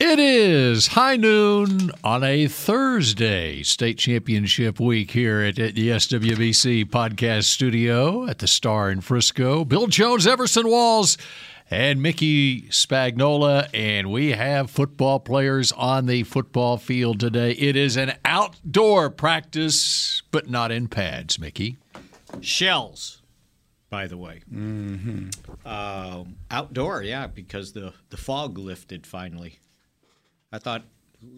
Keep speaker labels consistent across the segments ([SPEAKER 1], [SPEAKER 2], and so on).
[SPEAKER 1] It is high noon on a Thursday, state championship week here at, at the SWBC podcast studio at the Star in Frisco. Bill Jones, Everson Walls, and Mickey Spagnola, and we have football players on the football field today. It is an outdoor practice, but not in pads, Mickey.
[SPEAKER 2] shells, by the way. Mm-hmm. Um, outdoor, yeah, because the the fog lifted finally. I thought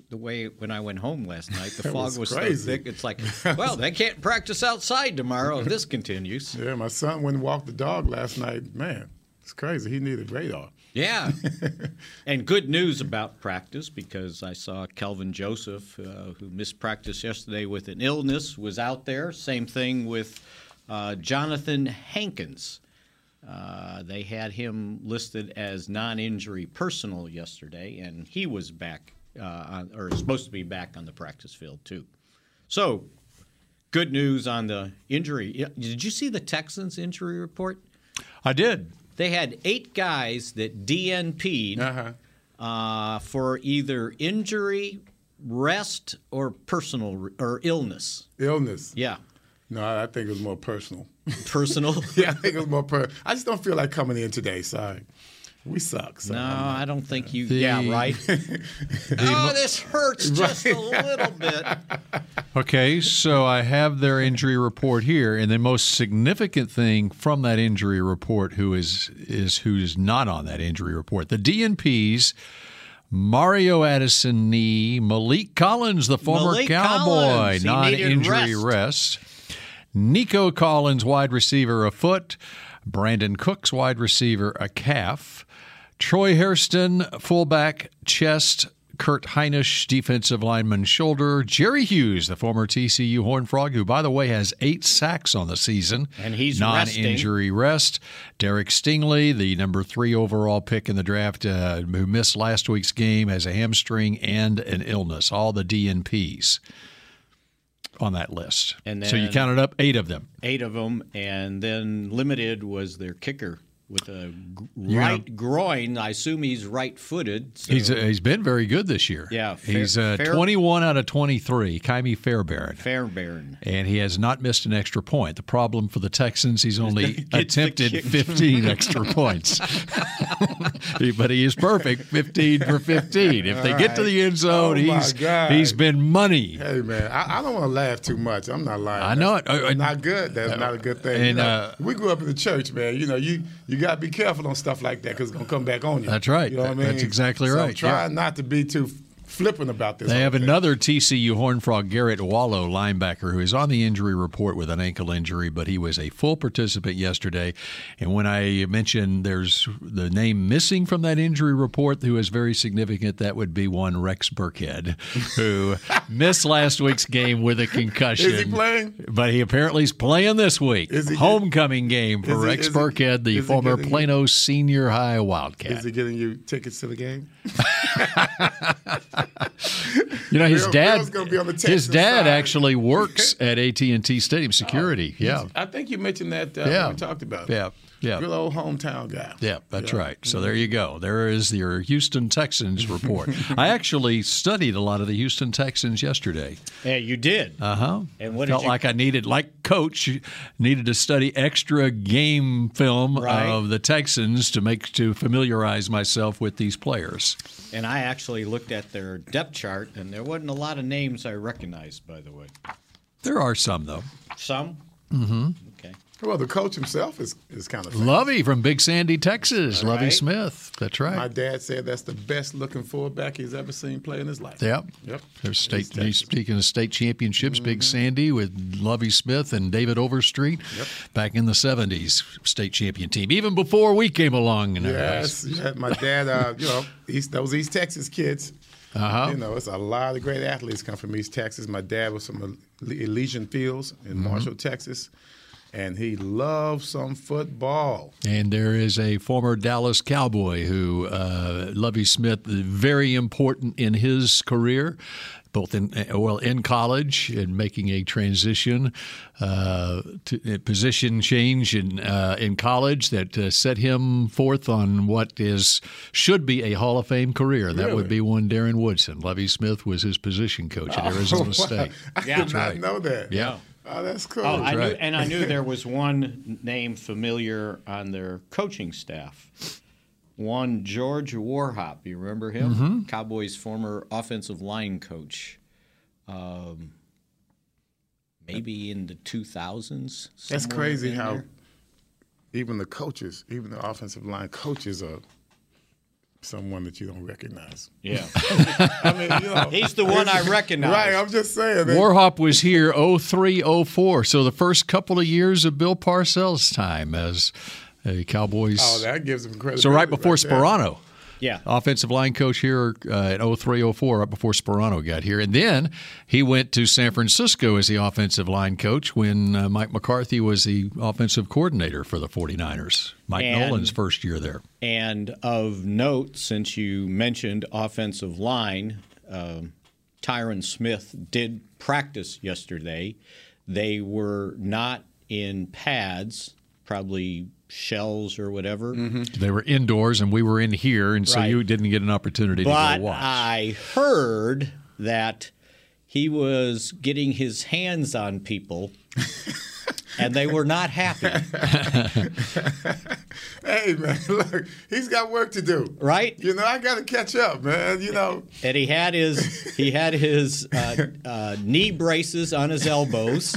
[SPEAKER 2] the way when I went home last night, the fog was,
[SPEAKER 3] was
[SPEAKER 2] so
[SPEAKER 3] crazy.
[SPEAKER 2] thick. It's like, well, they can't practice outside tomorrow if this continues.
[SPEAKER 3] Yeah, my son went and walked the dog last night. Man, it's crazy. He needed radar.
[SPEAKER 2] Yeah. and good news about practice because I saw Kelvin Joseph, uh, who missed practice yesterday with an illness, was out there. Same thing with uh, Jonathan Hankins. Uh, they had him listed as non injury personal yesterday, and he was back, uh, on, or supposed to be back on the practice field, too. So, good news on the injury. Yeah, Did you see the Texans' injury report?
[SPEAKER 1] I did.
[SPEAKER 2] They had eight guys that DNP'd uh for either injury, rest, or personal re- or illness.
[SPEAKER 3] Illness.
[SPEAKER 2] Yeah,
[SPEAKER 3] No, I I think it was more personal.
[SPEAKER 2] personal.
[SPEAKER 3] yeah, I think it was more personal. I just don't feel like coming in today. Sorry. We suck. So
[SPEAKER 2] No,
[SPEAKER 3] I'm-
[SPEAKER 2] I don't think you. yeah, right. oh, this hurts just a little bit.
[SPEAKER 1] Okay, so I have their injury report here, and the most significant thing from that injury report who is is who's not on that injury report. The DNP's Mario Addison knee, Malik Collins, the former
[SPEAKER 2] Malik
[SPEAKER 1] cowboy,
[SPEAKER 2] Collins, he needed
[SPEAKER 1] non-injury rest. Nico Collins, wide receiver, a foot. Brandon Cooks, wide receiver, a calf. Troy Hairston, fullback, chest. Kurt Heinisch, defensive lineman, shoulder. Jerry Hughes, the former TCU Horn Frog, who, by the way, has eight sacks on the season.
[SPEAKER 2] And he's
[SPEAKER 1] non-injury rest. Derek Stingley, the number three overall pick in the draft, uh, who missed last week's game, has a hamstring and an illness. All the DNPs on that list.
[SPEAKER 2] And
[SPEAKER 1] so you
[SPEAKER 2] then-
[SPEAKER 1] counted up eight of them.
[SPEAKER 2] Eight of them, and then limited was their kicker with a g- right groin. I assume he's right-footed. So.
[SPEAKER 1] He's uh, he's been very good this year.
[SPEAKER 2] Yeah, fair-
[SPEAKER 1] he's uh,
[SPEAKER 2] fair-
[SPEAKER 1] 21 out of 23. Kaimi Fairbairn.
[SPEAKER 2] Fairbairn.
[SPEAKER 1] and he has not missed an extra point. The problem for the Texans, he's only
[SPEAKER 2] the
[SPEAKER 1] attempted
[SPEAKER 2] kick.
[SPEAKER 1] 15 extra points. but he is perfect, 15 for 15. If they get to the end zone,
[SPEAKER 3] Oh, my
[SPEAKER 1] he's
[SPEAKER 3] God.
[SPEAKER 1] he's been money.
[SPEAKER 3] Hey, man, I, I don't want to laugh too much. I'm not lying.
[SPEAKER 1] I know it.
[SPEAKER 3] That's
[SPEAKER 1] I- I-
[SPEAKER 3] not good. That's not a good thing.
[SPEAKER 1] and,
[SPEAKER 3] You know,
[SPEAKER 1] uh,
[SPEAKER 3] we grew up in the church, man. You know, you you got to be careful on stuff like that because it's going to come back on you.
[SPEAKER 1] That's right.
[SPEAKER 3] You know what I
[SPEAKER 1] That-
[SPEAKER 3] mean?
[SPEAKER 1] that's exactly
[SPEAKER 3] So
[SPEAKER 1] right.
[SPEAKER 3] Try not to be too flippant about this.
[SPEAKER 1] They
[SPEAKER 3] whole
[SPEAKER 1] have
[SPEAKER 3] thing.
[SPEAKER 1] another TCU Horn Frog, Garrett Wallow, linebacker, who is on the injury report with an ankle injury, but he was a full participant yesterday. And when I mentioned there's the name missing from that injury report, who is very significant, that would be one Rex Burkhead, who missed last week's game with a concussion.
[SPEAKER 3] Is he playing?
[SPEAKER 1] But he apparently is playing this week.
[SPEAKER 3] Is he-
[SPEAKER 1] Homecoming game for
[SPEAKER 3] is he-
[SPEAKER 1] Rex
[SPEAKER 3] is he-
[SPEAKER 1] Burkhead, the
[SPEAKER 3] is he
[SPEAKER 1] former
[SPEAKER 3] getting-
[SPEAKER 1] Plano Senior High Wildcat.
[SPEAKER 3] Is he getting you tickets to the game?
[SPEAKER 1] You know, his
[SPEAKER 3] Bill- Bill's
[SPEAKER 1] dad.
[SPEAKER 3] gonna be on the
[SPEAKER 1] his
[SPEAKER 3] Texans
[SPEAKER 1] dad
[SPEAKER 3] side. Oh,
[SPEAKER 1] actually works at AT and T Stadium security. yeah,
[SPEAKER 3] I think you mentioned that uh,
[SPEAKER 1] Yeah.
[SPEAKER 3] when we talked about it.
[SPEAKER 1] yeah, yeah,
[SPEAKER 3] Real old hometown guy.
[SPEAKER 1] yeah. That's right. So there you go. There is your Houston Texans report. I actually studied a lot of the Houston Texans yesterday.
[SPEAKER 2] Yeah, you did.
[SPEAKER 1] Uh huh.
[SPEAKER 2] And what did
[SPEAKER 1] Felt
[SPEAKER 2] you-
[SPEAKER 1] like I needed, like coach, needed to study extra game film
[SPEAKER 2] Right.
[SPEAKER 1] of the Texans to make to familiarize myself with these players.
[SPEAKER 2] And I actually looked at their depth chart, and there wasn't a lot of names I recognized, by the way.
[SPEAKER 1] There are some though.
[SPEAKER 2] Some? Mm-hmm. Okay.
[SPEAKER 3] Well, the coach himself is, is kind of.
[SPEAKER 1] Lovey from Big Sandy, Texas. Lovey
[SPEAKER 2] right.
[SPEAKER 1] Smith. That's right.
[SPEAKER 3] My dad said that's the best looking fullback he's ever seen play in his life.
[SPEAKER 1] Yep.
[SPEAKER 3] Yep.
[SPEAKER 1] There's state.
[SPEAKER 3] Texas.
[SPEAKER 1] He's speaking of state championships, Big Sandy with Lovey Smith and David Overstreet back in the '70s, state champion team. Even before we came along, in our days.
[SPEAKER 3] Yes, yeah, my dad. Uh, you know, East, those East Texas kids.
[SPEAKER 1] Uh-huh.
[SPEAKER 3] You know, it's a lot of great athletes come from East Texas. My dad was from El- Elysian Fields in
[SPEAKER 1] Mm-hmm.
[SPEAKER 3] Marshall, Texas, and he loved some football.
[SPEAKER 1] And there is a former Dallas Cowboy who, uh, Lovey Smith, very important in his career, both in uh, well in college and making a transition, uh, to, a position change in uh, in college that uh, set him forth on what is should be a Hall of Fame career. That would be one Darren Woodson. Lovey Smith was his position coach at Arizona State.
[SPEAKER 3] I did not know that.
[SPEAKER 1] Yeah.
[SPEAKER 3] Oh, that's cool.
[SPEAKER 2] Oh, I knew,
[SPEAKER 1] right.
[SPEAKER 2] and I knew there was one name familiar on their coaching staff. One George Warhop. You remember him? Cowboys' former offensive line coach. Um, maybe in the 2000s.
[SPEAKER 3] That's
[SPEAKER 2] somewhere
[SPEAKER 3] crazy
[SPEAKER 2] in
[SPEAKER 3] how
[SPEAKER 2] there.
[SPEAKER 3] even the coaches, even the offensive line coaches are someone that you don't recognize.
[SPEAKER 2] Yeah.
[SPEAKER 3] I mean, you know,
[SPEAKER 2] He's the one I recognize.
[SPEAKER 3] right, I'm just saying. They,
[SPEAKER 1] Warhop was here 03, 04, so the first couple of years of Bill Parcells' time as a Cowboys.
[SPEAKER 3] oh, that gives them credit.
[SPEAKER 1] so right before
[SPEAKER 3] there.
[SPEAKER 1] Sperano,
[SPEAKER 2] Yeah.
[SPEAKER 1] offensive line coach here uh, in 03, 04, right before Sperano got here. And then he went to San Francisco as the offensive line coach when uh, Mike McCarthy was the offensive coordinator for the 49ers, Mike
[SPEAKER 2] And-
[SPEAKER 1] Nolan's first year there.
[SPEAKER 2] And of note, since you mentioned offensive line, um, Tyron Smith did practice yesterday. They were not in pads, probably shells or whatever.
[SPEAKER 1] They were indoors and we were in here, and so
[SPEAKER 2] Right.
[SPEAKER 1] you didn't get an opportunity to
[SPEAKER 2] But uh,
[SPEAKER 1] go watch.
[SPEAKER 2] I heard that he was getting his hands on people. and they were not happy,
[SPEAKER 3] Hey man, look, he's got work to do.
[SPEAKER 2] right?
[SPEAKER 3] You know, I got to catch up, man. You know,
[SPEAKER 2] And he had his he had his uh, uh, knee braces on his elbows,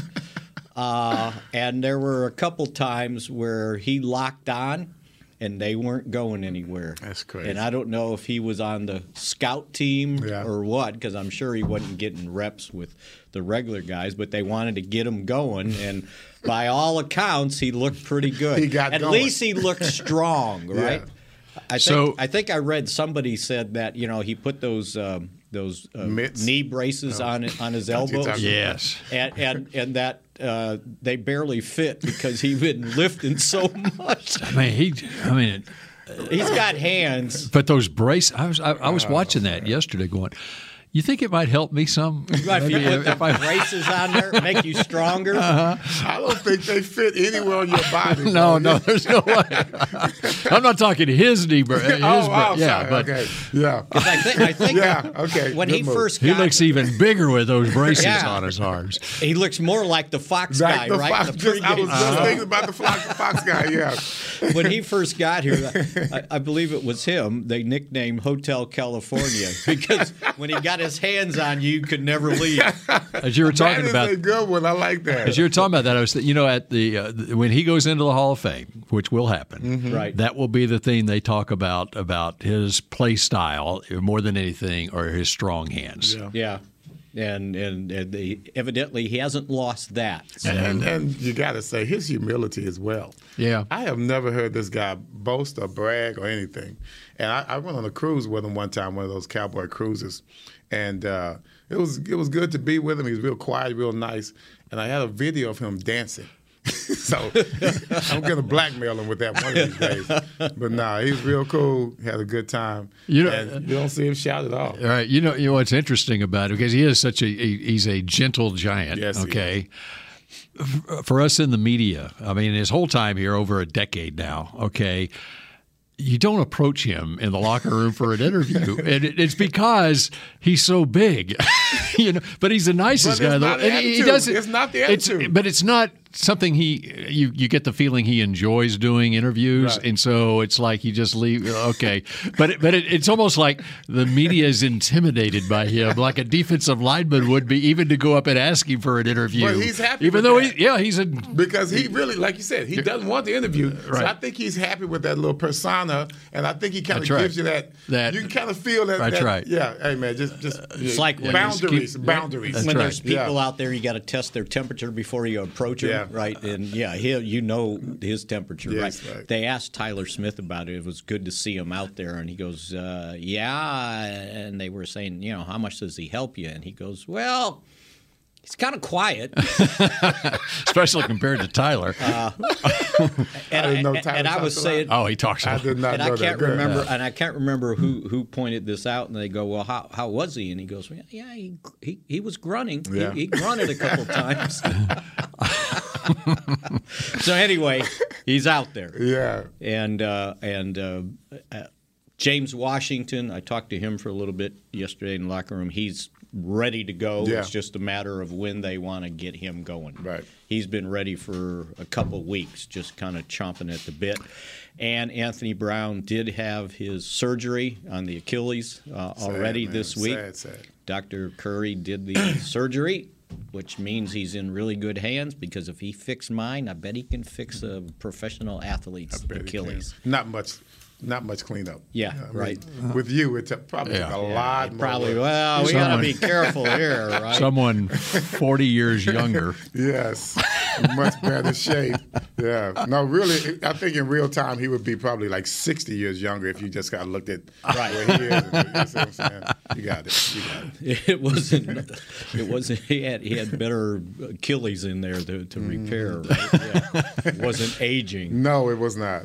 [SPEAKER 2] uh, and there were a couple times where he locked on, and they weren't going anywhere.
[SPEAKER 3] That's crazy.
[SPEAKER 2] And I don't know if he was on the scout team
[SPEAKER 3] Yeah.
[SPEAKER 2] or what, because I'm sure he wasn't getting reps with the regular guys, but they wanted to get him going and. By all accounts, he looked pretty good.
[SPEAKER 3] He got
[SPEAKER 2] At
[SPEAKER 3] going.
[SPEAKER 2] least he looked strong, right? I think,
[SPEAKER 1] So-
[SPEAKER 2] I think I read somebody said that you know he put those um, those uh,
[SPEAKER 3] Mitts? Oh.
[SPEAKER 2] knee braces on on his
[SPEAKER 3] you're
[SPEAKER 2] elbows.
[SPEAKER 3] talking
[SPEAKER 1] yes.
[SPEAKER 2] And, and and that uh, they barely fit because he's been lifting so much.
[SPEAKER 1] I mean, he, I mean,
[SPEAKER 2] He's got hands,
[SPEAKER 1] But those brace, I was I, I was watching that yesterday, going, you think it might help me some?
[SPEAKER 2] Right, if you
[SPEAKER 1] Maybe
[SPEAKER 2] put the
[SPEAKER 1] if I- Uh-huh.
[SPEAKER 2] braces on there, make you stronger.
[SPEAKER 3] I don't think they fit anywhere on your body.
[SPEAKER 1] no,
[SPEAKER 3] man.
[SPEAKER 1] no, there's no way. I'm not talking his knee, bra- his
[SPEAKER 3] Oh,
[SPEAKER 1] bra-
[SPEAKER 3] oh,
[SPEAKER 1] yeah,
[SPEAKER 3] sorry,
[SPEAKER 1] but
[SPEAKER 3] okay. yeah,
[SPEAKER 2] I think, I think
[SPEAKER 3] yeah, okay.
[SPEAKER 2] when
[SPEAKER 3] good
[SPEAKER 2] he
[SPEAKER 3] move.
[SPEAKER 2] first
[SPEAKER 1] he
[SPEAKER 2] got,
[SPEAKER 1] looks even bigger with those braces
[SPEAKER 2] Yeah.
[SPEAKER 1] on his arms.
[SPEAKER 2] he looks more like the Fox
[SPEAKER 3] Like
[SPEAKER 2] guy,
[SPEAKER 3] the
[SPEAKER 2] right?
[SPEAKER 3] Fox,
[SPEAKER 2] The
[SPEAKER 3] just, I
[SPEAKER 2] pregame
[SPEAKER 3] was just
[SPEAKER 1] Uh-huh.
[SPEAKER 3] thinking about the Fox, Fox guy. Yeah,
[SPEAKER 2] when he first got here, I, I believe it was him. They nicknamed Hotel California because when he got his hands on you, you could never leave.
[SPEAKER 1] As you were
[SPEAKER 3] that
[SPEAKER 1] talking
[SPEAKER 3] is
[SPEAKER 1] about
[SPEAKER 3] a good one. I like that.
[SPEAKER 1] As you were talking about that, I was, th- you know, at the uh, th- when he goes into the Hall of Fame, which will happen,
[SPEAKER 2] Right.
[SPEAKER 1] That will be the thing they talk about about his play style more than anything, or his strong hands.
[SPEAKER 2] Yeah, and and, and they, evidently he hasn't lost that.
[SPEAKER 3] And, and you got to say his humility as well.
[SPEAKER 1] Yeah.
[SPEAKER 3] I have never heard this guy boast or brag or anything. And I, I went on a cruise with him one time, one of those cowboy cruises, and uh, it was it was good to be with him. He was real quiet, real nice, and I had a video of him dancing. so I'm gonna blackmail him with that one of these days. But nah, he's real cool. Had a good time.
[SPEAKER 1] You know-
[SPEAKER 3] and you don't see him shout at all.
[SPEAKER 1] All right, you know, you know what's interesting about it because he is such a he- he's a gentle giant.
[SPEAKER 3] Yes, he is.
[SPEAKER 1] okay. F- For us in the media, I mean, his whole time here, over a decade now. Okay, you don't approach him in the locker room for an interview, and it, it's because he's so big, you know. But he's the nicest
[SPEAKER 3] But it's
[SPEAKER 1] guy. in the
[SPEAKER 3] not
[SPEAKER 1] world.
[SPEAKER 3] the
[SPEAKER 1] And he, he
[SPEAKER 3] attitude.
[SPEAKER 1] doesn't.
[SPEAKER 3] It's not the attitude.
[SPEAKER 1] but it's not something he. You you get the feeling he enjoys doing interviews, and so it's like you just leave. Okay, but it, but it, it's almost like the media is intimidated by him, like a defensive lineman would be, even to go up and ask him for an interview.
[SPEAKER 3] But he's happy
[SPEAKER 1] even
[SPEAKER 3] with
[SPEAKER 1] though
[SPEAKER 3] that.
[SPEAKER 1] he, yeah, he's a
[SPEAKER 3] Because he really, like you said, he doesn't want the interview.
[SPEAKER 1] Right.
[SPEAKER 3] So I think he's happy with that little persona, and I think he kind of
[SPEAKER 1] That's right.
[SPEAKER 3] gives you that,
[SPEAKER 1] That-
[SPEAKER 3] You can kind of feel that.
[SPEAKER 1] That's
[SPEAKER 3] that-
[SPEAKER 1] right.
[SPEAKER 3] Yeah. Hey man, just just
[SPEAKER 2] like when you
[SPEAKER 3] boundaries,
[SPEAKER 1] keep-
[SPEAKER 3] boundaries.
[SPEAKER 1] That's
[SPEAKER 2] when
[SPEAKER 1] right.
[SPEAKER 2] there's people
[SPEAKER 3] Yeah.
[SPEAKER 2] out there, you got to test their temperature before you approach them.
[SPEAKER 3] Yeah. Yeah.
[SPEAKER 2] Right. And yeah, he, you know his temperature,
[SPEAKER 3] Yes,
[SPEAKER 2] right?
[SPEAKER 3] right.
[SPEAKER 2] They asked Tyler Smith about it. It was good to see him out there. And he goes, uh, Yeah. And they were saying, You know, how much does he help you? And he goes, Well, he's kind of quiet.
[SPEAKER 1] especially compared to Tyler.
[SPEAKER 3] Uh,
[SPEAKER 2] And
[SPEAKER 3] I didn't know
[SPEAKER 2] and-
[SPEAKER 3] Tyler
[SPEAKER 2] and I
[SPEAKER 3] talked
[SPEAKER 2] was
[SPEAKER 3] a lot.
[SPEAKER 2] saying,
[SPEAKER 1] oh, he talks.
[SPEAKER 3] I
[SPEAKER 1] about
[SPEAKER 3] did not
[SPEAKER 2] and
[SPEAKER 3] know
[SPEAKER 2] I
[SPEAKER 3] that.
[SPEAKER 2] can't
[SPEAKER 3] Good.
[SPEAKER 2] remember. And I can't remember who who pointed this out. And they go, "Well, how, how was he?" And he goes, "Yeah, yeah he, he he was grunting.
[SPEAKER 3] Yeah.
[SPEAKER 2] He, he grunted a couple times." so anyway, he's out there,
[SPEAKER 3] Yeah.
[SPEAKER 2] and uh, and uh, uh, James Washington. I talked to him for a little bit yesterday in the locker room. He's ready to go.
[SPEAKER 3] Yeah.
[SPEAKER 2] It's just a matter of when they want to get him going.
[SPEAKER 3] Right.
[SPEAKER 2] He's been ready for a couple of weeks, just kind of chomping at the bit. And Anthony Brown did have his surgery on the Achilles uh, already
[SPEAKER 3] man.
[SPEAKER 2] this week.
[SPEAKER 3] Sad, sad.
[SPEAKER 2] Dr. Curry did the surgery, which means he's in really good hands because if he fixed mine, I bet he can fix a professional athlete's
[SPEAKER 3] Barely clean.
[SPEAKER 2] Achilles.
[SPEAKER 3] Not much. Not much cleanup.
[SPEAKER 2] Yeah,
[SPEAKER 3] I mean,
[SPEAKER 2] right.
[SPEAKER 3] With you, it's probably
[SPEAKER 1] Yeah.
[SPEAKER 3] a lot more.
[SPEAKER 2] Probably,
[SPEAKER 3] work.
[SPEAKER 2] well, we got to
[SPEAKER 1] Someone-
[SPEAKER 2] be careful here, right?
[SPEAKER 1] Someone 40 years younger.
[SPEAKER 3] Yes, much better shape. Yeah. No, really, I think in real time he would be probably like 60 years younger if you just got looked at
[SPEAKER 2] Right.
[SPEAKER 3] where he is. You know what I'm saying? You got it. You got it.
[SPEAKER 2] It wasn't. It wasn't. He had he had better Achilles in there to, to
[SPEAKER 1] Mm.
[SPEAKER 2] repair. Right? Yeah. It wasn't aging.
[SPEAKER 3] No, it was not.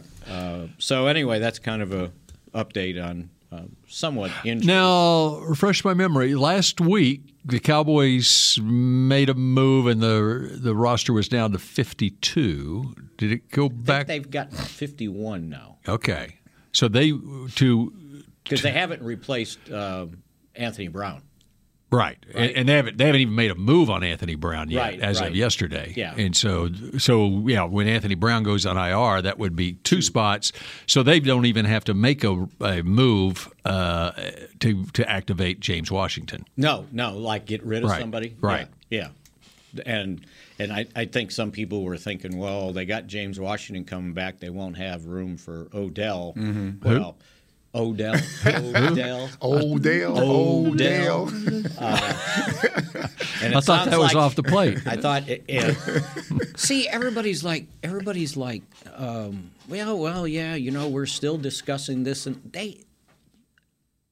[SPEAKER 2] So anyway, that's kind of a update on uh, somewhat injury.
[SPEAKER 1] Now, refresh my memory. Last week, the Cowboys made a move, and the the roster was down to 52. Did it go
[SPEAKER 2] I think
[SPEAKER 1] back?
[SPEAKER 2] they've got 51 now
[SPEAKER 1] Okay, so they to
[SPEAKER 2] because they haven't replaced uh, Anthony Brown.
[SPEAKER 1] right, And, and they haven't they haven't even made a move on Anthony Brown yet,
[SPEAKER 2] Right,
[SPEAKER 1] as
[SPEAKER 2] right.
[SPEAKER 1] of yesterday.
[SPEAKER 2] Yeah.
[SPEAKER 1] and so so yeah, when Anthony Brown goes on IR, that would be two spots. So they don't even have to make a, a move uh, to to activate James Washington.
[SPEAKER 2] No, no, like get rid of
[SPEAKER 1] Right,
[SPEAKER 2] somebody.
[SPEAKER 1] right.
[SPEAKER 2] Yeah. yeah. And and I, I think some people were thinking, well, they got James Washington coming back, they won't have room for Odell.
[SPEAKER 1] Mm-hmm.
[SPEAKER 2] Well, Odell, Odell.
[SPEAKER 1] Oh,
[SPEAKER 3] Odell,
[SPEAKER 2] Oh,
[SPEAKER 3] Oh, Odell.
[SPEAKER 2] And
[SPEAKER 1] I
[SPEAKER 2] it
[SPEAKER 1] thought
[SPEAKER 2] sounds
[SPEAKER 1] that was
[SPEAKER 2] like-
[SPEAKER 1] off the plate.
[SPEAKER 2] I thought. It, it- see, everybody's like, everybody's like, um, well, well, yeah, you know, we're still discussing this, and they,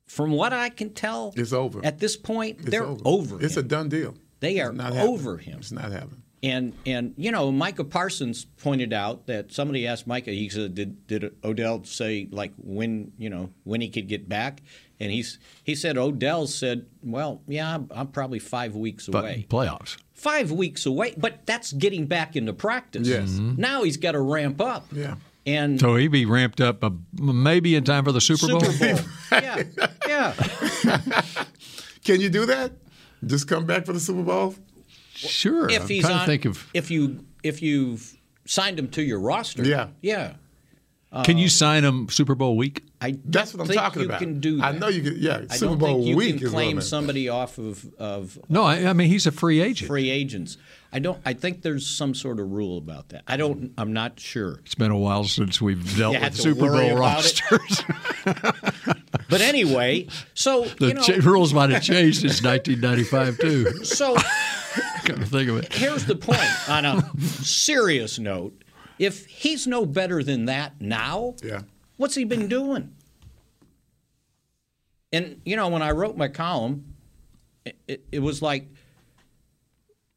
[SPEAKER 2] from what I can tell,
[SPEAKER 3] It's over.
[SPEAKER 2] At this point,
[SPEAKER 3] It's
[SPEAKER 2] they're
[SPEAKER 3] over.
[SPEAKER 2] over.
[SPEAKER 3] It's
[SPEAKER 2] him.
[SPEAKER 3] a done deal.
[SPEAKER 2] They are
[SPEAKER 3] It's not happening.
[SPEAKER 2] over him.
[SPEAKER 3] It's not happening.
[SPEAKER 2] And and you know, Micah Parsons pointed out that somebody asked Micah. He said, "Did did Odell say like when you know when he could get back?" And he's he said Odell said, "Well, yeah, I'm, I'm probably five weeks
[SPEAKER 1] But
[SPEAKER 2] away."
[SPEAKER 1] playoffs.
[SPEAKER 2] five weeks away, but that's getting back into practice.
[SPEAKER 3] Yes.
[SPEAKER 1] Mm-hmm.
[SPEAKER 2] Now he's got to ramp up.
[SPEAKER 3] Yeah.
[SPEAKER 2] And
[SPEAKER 1] So he'd be ramped up uh, maybe in time for the Super Bowl.
[SPEAKER 2] Super Bowl. yeah. Yeah.
[SPEAKER 3] Can you do that? Just come back for the Super Bowl?
[SPEAKER 1] Sure.
[SPEAKER 2] If
[SPEAKER 1] I'm
[SPEAKER 2] he's
[SPEAKER 1] trying
[SPEAKER 2] on
[SPEAKER 1] to think of
[SPEAKER 2] if you if you've signed him to your roster.
[SPEAKER 3] Yeah.
[SPEAKER 2] Yeah.
[SPEAKER 1] can
[SPEAKER 2] Um,
[SPEAKER 1] you sign him Super Bowl week?
[SPEAKER 2] I don't
[SPEAKER 3] That's what I'm
[SPEAKER 2] think
[SPEAKER 3] talking
[SPEAKER 2] you
[SPEAKER 3] about.
[SPEAKER 2] can do
[SPEAKER 3] I
[SPEAKER 2] that.
[SPEAKER 3] know you can. Yeah,
[SPEAKER 2] I
[SPEAKER 3] Super
[SPEAKER 2] don't
[SPEAKER 3] Bowl
[SPEAKER 2] think you
[SPEAKER 3] week
[SPEAKER 2] can
[SPEAKER 3] is what I
[SPEAKER 2] claim
[SPEAKER 3] meant.
[SPEAKER 2] somebody off of, of
[SPEAKER 1] No, I, I mean he's a free agent.
[SPEAKER 2] free agents. I don't I think there's some sort of rule about that. I don't I'm not sure.
[SPEAKER 1] It's been a while since we've dealt
[SPEAKER 2] You
[SPEAKER 1] with
[SPEAKER 2] have to
[SPEAKER 1] Super
[SPEAKER 2] worry
[SPEAKER 1] Bowl
[SPEAKER 2] about it.
[SPEAKER 1] rosters.
[SPEAKER 2] But anyway, so
[SPEAKER 1] the
[SPEAKER 2] you know,
[SPEAKER 1] cha- rules might have changed since 1995 too.
[SPEAKER 2] so
[SPEAKER 1] Come to think of it,
[SPEAKER 2] here's the point on a serious note if he's no better than that now
[SPEAKER 3] Yeah.
[SPEAKER 2] what's he been doing and you know when i wrote my column it, it, it was like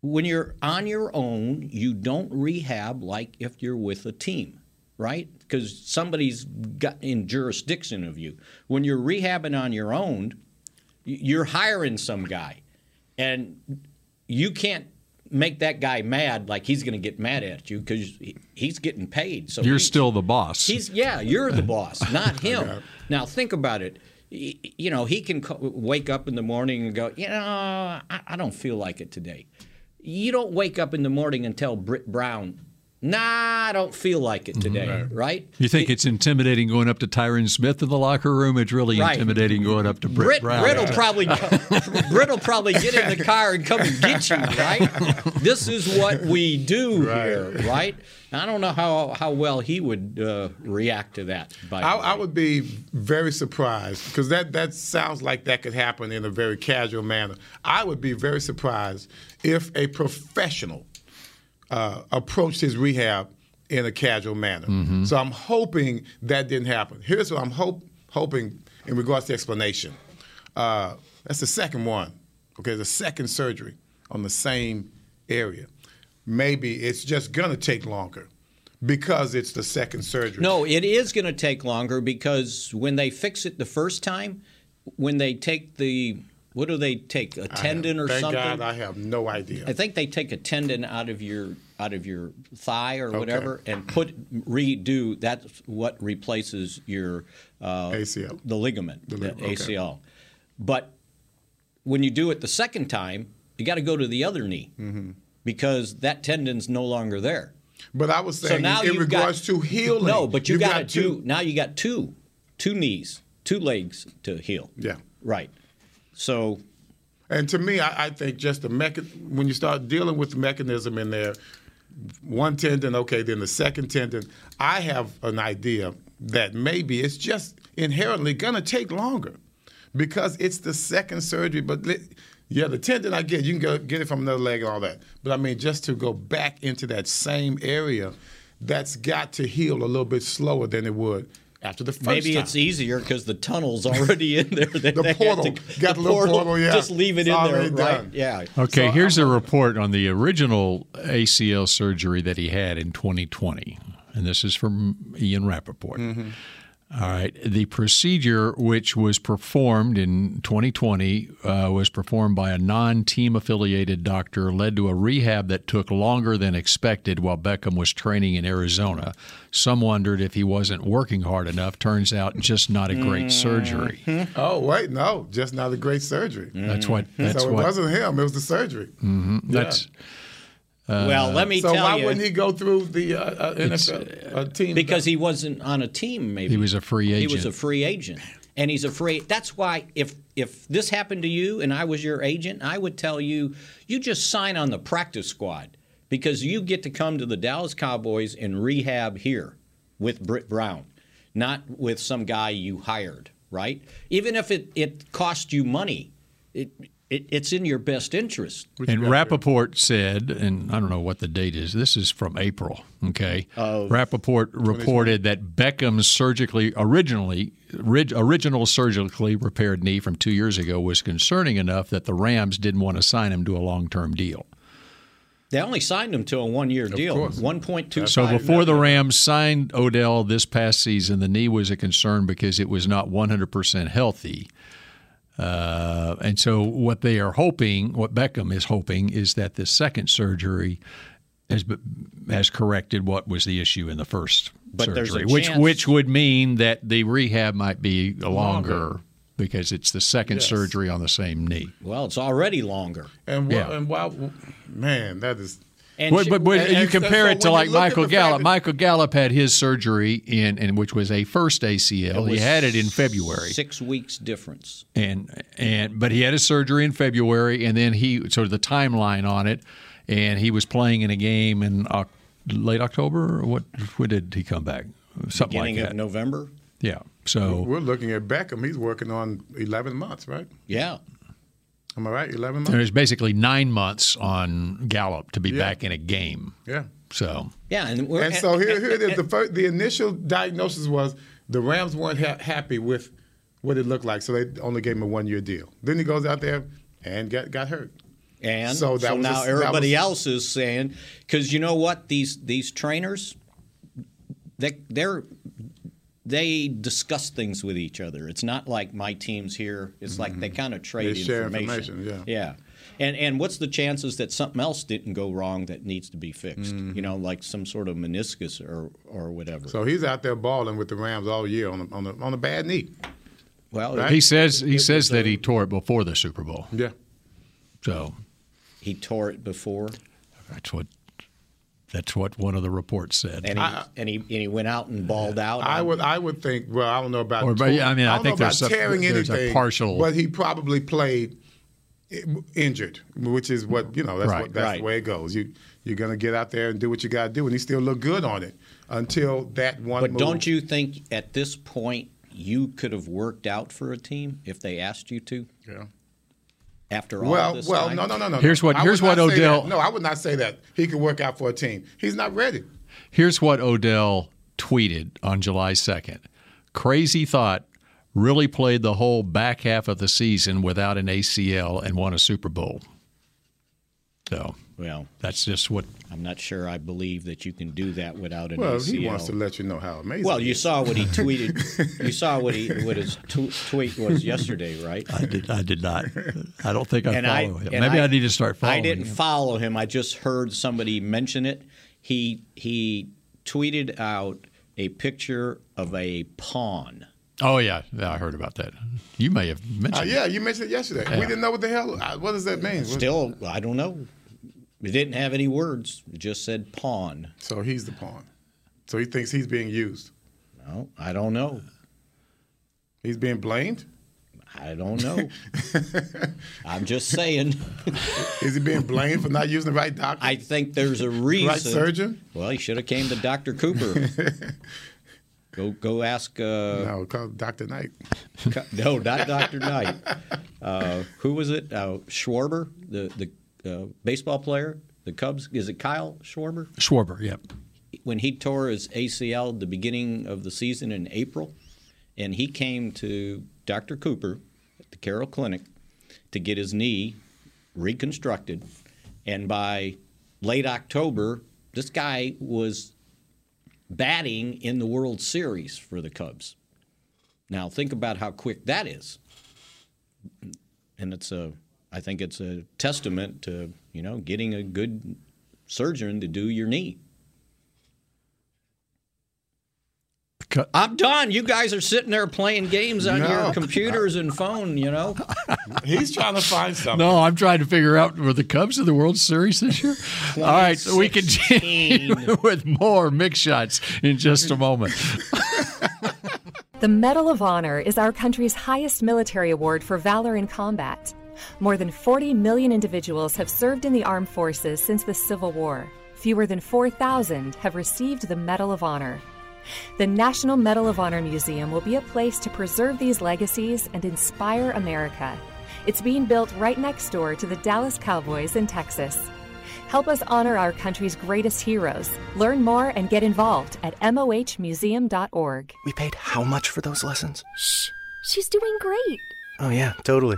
[SPEAKER 2] when you're on your own you don't rehab like if you're with a team right because somebody's got in jurisdiction of you when you're rehabbing on your own y- you're hiring some guy and you can't make that guy mad like he's going to get mad at you because he's getting paid. So
[SPEAKER 1] you're
[SPEAKER 2] he's-
[SPEAKER 1] still the boss.
[SPEAKER 2] He's yeah, you're the boss, not him. now think about it. Y- You know, he can co- wake up in the morning and go, you know, I, I don't feel like it today. You don't wake up in the morning and tell Britt Brown, nah, I don't feel like
[SPEAKER 1] Mm-hmm.
[SPEAKER 2] it today, right?
[SPEAKER 1] you think it's intimidating going up to Tyron Smith in the locker room? It's really
[SPEAKER 2] Right.
[SPEAKER 1] intimidating going up to Brett
[SPEAKER 2] Britt,
[SPEAKER 1] Brown.
[SPEAKER 2] Britt will probably Britt will probably get in the car and come and get you, right? This is what we do here, right? I don't know how, how well he would uh, react to that. By
[SPEAKER 3] I,
[SPEAKER 2] the way.
[SPEAKER 3] I would be very surprised because that, that sounds like that could happen in a very casual manner. I would be very surprised if a professional, uh, approached his rehab in a casual manner. So I'm hoping that didn't happen. Here's what I'm hope, hoping in regards to explanation. Uh, that's the second one. Okay, the second surgery on the same area. Maybe it's just gonna take longer because it's the second surgery.
[SPEAKER 2] No, it is going to take longer because when they fix it the first time, when they take the what do they take a tendon or
[SPEAKER 3] Thank
[SPEAKER 2] something?
[SPEAKER 3] God, I have no idea.
[SPEAKER 2] I think they take a tendon out of your out of your thigh or whatever and put redo. That's what replaces your uh,
[SPEAKER 3] ACL.
[SPEAKER 2] the ligament, the,
[SPEAKER 3] lig- okay.
[SPEAKER 2] ACL. But when you do it the second time, you got to go to the other knee
[SPEAKER 3] Mm-hmm.
[SPEAKER 2] because that tendon's no longer there.
[SPEAKER 3] But I was saying, in
[SPEAKER 2] you've
[SPEAKER 3] regards to healing,
[SPEAKER 2] No, but you
[SPEAKER 3] you've
[SPEAKER 2] got, to
[SPEAKER 3] two-
[SPEAKER 2] do now. You got two, two knees, two legs to heal.
[SPEAKER 3] Yeah.
[SPEAKER 2] Right. So
[SPEAKER 3] And to me, I, I think just the mechan- when you start dealing with the mechanism in there, one tendon, okay, then the second tendon. I have an idea that maybe it's just inherently gonna take longer because it's the second surgery. But li- yeah, the tendon I get, you can go, get it from another leg and all that. But I mean, just to go back into that same area, that's got to heal a little bit slower than it would after the first
[SPEAKER 2] maybe
[SPEAKER 3] time.
[SPEAKER 2] it's easier because the tunnel's already in there. that
[SPEAKER 3] The
[SPEAKER 2] they had
[SPEAKER 3] portal. Got the little portal, yeah.
[SPEAKER 2] Just leave it
[SPEAKER 3] It's
[SPEAKER 2] in there,
[SPEAKER 3] already
[SPEAKER 2] right?
[SPEAKER 3] done.
[SPEAKER 2] Yeah.
[SPEAKER 1] Okay, here's a report on the original ACL surgery that he had in 2020. And this is from Ian Rappaport.
[SPEAKER 3] Mm-hmm.
[SPEAKER 1] All right. The procedure, which was performed in 2020, uh, was performed by a non team affiliated doctor, led to a rehab that took longer than expected while Beckham was training in Arizona. Some wondered if he wasn't working hard enough. Turns out, just not a
[SPEAKER 3] Mm-hmm.
[SPEAKER 1] great surgery.
[SPEAKER 3] oh wait, no, just not a great surgery.
[SPEAKER 1] That's what. That's
[SPEAKER 3] so it
[SPEAKER 1] what.
[SPEAKER 3] wasn't him; it was the surgery.
[SPEAKER 1] That's.
[SPEAKER 2] well, let me
[SPEAKER 3] So
[SPEAKER 2] tell
[SPEAKER 3] why
[SPEAKER 2] you,
[SPEAKER 3] wouldn't he go through the uh, uh, NFL uh, team?
[SPEAKER 2] because he wasn't on a team. Maybe
[SPEAKER 1] He was a free
[SPEAKER 2] He was
[SPEAKER 1] agent.
[SPEAKER 2] a free agent, and he's a free. That's why if if this happened to you and I was your agent, I would tell you, you just sign on the practice squad because you get to come to the Dallas Cowboys and rehab here with Britt Brown, not with some guy you hired. Right? Even if it it cost you money, it. It, it's in your best interest.
[SPEAKER 1] And Rappaport said, and I don't know what the date is, this is from April, okay? Rappaport reported that Beckham's surgically, originally, ri- original surgically repaired knee from two years ago was concerning enough that the Rams didn't want to sign him to a long term deal.
[SPEAKER 2] They only signed him to a one-year deal,
[SPEAKER 3] course.
[SPEAKER 2] one point two.
[SPEAKER 1] So before the Rams signed Odell this past season, the knee was a concern because it was not 100% healthy. Uh, and so what they are hoping, what Beckham is hoping, is that this second surgery has be- has corrected what was the issue in the first
[SPEAKER 2] But there's a
[SPEAKER 1] surgery, which
[SPEAKER 2] chance-
[SPEAKER 1] which would mean that the rehab might be longer, because it's the second surgery on the same knee.
[SPEAKER 2] Well, it's already longer.
[SPEAKER 3] and why,
[SPEAKER 1] yeah.
[SPEAKER 3] and why? Man, that is.
[SPEAKER 2] And
[SPEAKER 1] But,
[SPEAKER 2] she-
[SPEAKER 1] but, but
[SPEAKER 3] and-
[SPEAKER 1] you
[SPEAKER 3] and so-
[SPEAKER 1] compare
[SPEAKER 3] so
[SPEAKER 1] it to
[SPEAKER 3] when you
[SPEAKER 1] like
[SPEAKER 3] look at
[SPEAKER 1] Michael
[SPEAKER 3] the fact
[SPEAKER 1] Gallup.
[SPEAKER 3] that-
[SPEAKER 1] Michael Gallup had his surgery in, and which was a first ACL. He
[SPEAKER 2] was
[SPEAKER 1] had it in February,
[SPEAKER 2] Six weeks difference.
[SPEAKER 1] and and but he had his surgery in February, and then he sort of the timeline on it, and he was playing in a game in Oc- late October. or What when did he come back? Something
[SPEAKER 2] Beginning
[SPEAKER 1] like
[SPEAKER 2] of
[SPEAKER 1] that.
[SPEAKER 2] November.
[SPEAKER 1] yeah. So
[SPEAKER 3] We're looking at Beckham. He's working on eleven months, right?
[SPEAKER 2] Yeah.
[SPEAKER 3] Am I right? Eleven months.
[SPEAKER 1] there's basically nine months on Gallup to be back in a game.
[SPEAKER 3] Yeah.
[SPEAKER 1] So
[SPEAKER 2] Yeah. And, we're,
[SPEAKER 3] And so here, here it is. The first, the initial diagnosis was the Rams weren't ha- happy with what it looked like, so they only gave him a one year deal. Then he goes out there and got got hurt.
[SPEAKER 2] And
[SPEAKER 3] So
[SPEAKER 2] so,
[SPEAKER 3] that was a-
[SPEAKER 2] now
[SPEAKER 3] that
[SPEAKER 2] everybody
[SPEAKER 3] was-
[SPEAKER 2] else is saying, because you know what, these these trainers, they they're they discuss things with each other. It's not like my team's here. It's like
[SPEAKER 1] Mm-hmm.
[SPEAKER 2] they kind of trade
[SPEAKER 3] They share
[SPEAKER 2] information.
[SPEAKER 3] information,
[SPEAKER 2] Yeah. And and what's the chances that something else didn't go wrong that needs to be fixed?
[SPEAKER 1] Mm-hmm.
[SPEAKER 2] You know, like some sort of meniscus or or whatever.
[SPEAKER 3] So he's out there balling with the Rams all year on a, on a, on a bad knee.
[SPEAKER 2] well,
[SPEAKER 3] Right.
[SPEAKER 1] he says he says that he tore it before the Super Bowl.
[SPEAKER 3] Yeah.
[SPEAKER 1] So
[SPEAKER 2] he tore it before,
[SPEAKER 1] That's what that's what one of the reports said.
[SPEAKER 2] and he and he and he went out and balled out.
[SPEAKER 3] uh, I would I would think. Well, I don't know about.
[SPEAKER 1] Or, but, yeah, I mean, I
[SPEAKER 3] don't
[SPEAKER 1] think
[SPEAKER 3] know
[SPEAKER 1] there's
[SPEAKER 3] about
[SPEAKER 1] a-
[SPEAKER 3] tearing
[SPEAKER 1] there's a
[SPEAKER 3] anything,
[SPEAKER 1] partial-
[SPEAKER 3] But he probably played i- injured, which is what you know. That's
[SPEAKER 1] Right.
[SPEAKER 3] what that's
[SPEAKER 2] Right.
[SPEAKER 3] the way it goes. You you're gonna get out there and do what you got to do, and he still look good on it until that one.
[SPEAKER 2] But
[SPEAKER 3] move-
[SPEAKER 2] don't you think at this point you could have worked out for a team if they asked you to?
[SPEAKER 3] Yeah.
[SPEAKER 2] after all
[SPEAKER 3] Well,
[SPEAKER 2] this
[SPEAKER 3] well,
[SPEAKER 2] time?
[SPEAKER 3] no, no, no, no.
[SPEAKER 1] Here's what-
[SPEAKER 3] I would
[SPEAKER 1] here's what
[SPEAKER 3] not say
[SPEAKER 1] Odell-
[SPEAKER 3] that. No, I would not say that. He could work out for a team. He's not ready.
[SPEAKER 1] Here's what Odell tweeted on July 2nd Crazy thought, really played the whole back half of the season without an ACL and won a Super Bowl. So
[SPEAKER 2] Well,
[SPEAKER 1] that's just what
[SPEAKER 2] I'm not sure I believe that you can do that without an
[SPEAKER 3] Well,
[SPEAKER 2] ACL.
[SPEAKER 3] he wants to let you know how amazing.
[SPEAKER 2] well,
[SPEAKER 3] he
[SPEAKER 2] you
[SPEAKER 3] is.
[SPEAKER 2] saw what he tweeted. you saw what he what his tw- tweet was yesterday, right?
[SPEAKER 1] I did. I did not. I don't think I
[SPEAKER 2] and I
[SPEAKER 1] follow him.
[SPEAKER 2] and
[SPEAKER 1] Maybe I, need to start following.
[SPEAKER 2] I didn't
[SPEAKER 1] him.
[SPEAKER 2] follow him. I just heard somebody mention it. He he tweeted out a picture of a pawn.
[SPEAKER 1] Oh yeah, yeah, I heard about that. You may have
[SPEAKER 3] Uh,
[SPEAKER 1] mentioned. it.
[SPEAKER 3] yeah, you mentioned it yesterday. We didn't know what the hell. uh, What does that mean?
[SPEAKER 2] Still, I don't know. It didn't have any words. It just said pawn.
[SPEAKER 3] So he's the pawn. So he thinks he's being used.
[SPEAKER 2] No, I don't know.
[SPEAKER 3] He's being blamed.
[SPEAKER 2] I don't know. I'm just saying.
[SPEAKER 3] Is he being blamed for not using the right doctor?
[SPEAKER 2] I think there's a reason.
[SPEAKER 3] surgeon?
[SPEAKER 2] Well, he should have came to Dr. Cooper. go go ask. Uh,
[SPEAKER 3] no, call Doctor Knight.
[SPEAKER 2] Co- no, not Dr. Knight. Uh, who was it? Uh, Schwarber, the the uh, baseball player, the Cubs. Is it Kyle Schwarber?
[SPEAKER 1] Schwarber. Yeah.
[SPEAKER 2] When he tore his ACL at the beginning of the season in April, and he came to Dr. Cooper at the Carroll Clinic to get his knee reconstructed, and by late October, this guy was batting in the World Series for the Cubs. Now think about how quick that is. And it's a I think it's a testament to, you know, getting a good surgeon to do your knee.
[SPEAKER 1] Cut.
[SPEAKER 2] I'm done. You guys are sitting there playing games on your
[SPEAKER 3] No.
[SPEAKER 2] computers and phone, you know.
[SPEAKER 3] He's trying to find something.
[SPEAKER 1] No, I'm trying to figure out were the Cubs in the World Series this year. All right, we continue with more mix shots in just a moment.
[SPEAKER 4] The Medal of Honor is our country's highest military award for valor in combat. More than 40 million individuals have served in the armed forces since the Civil War. Fewer than 4,000 have received the Medal of Honor. The National Medal of Honor Museum will be a place to preserve these legacies and inspire America. It's being built right next door to the Dallas Cowboys in Texas. Help us honor our country's greatest heroes. Learn more and get involved at mohmuseum.org.
[SPEAKER 5] We paid how much for those lessons?
[SPEAKER 6] She's doing great.
[SPEAKER 5] Oh, yeah, totally.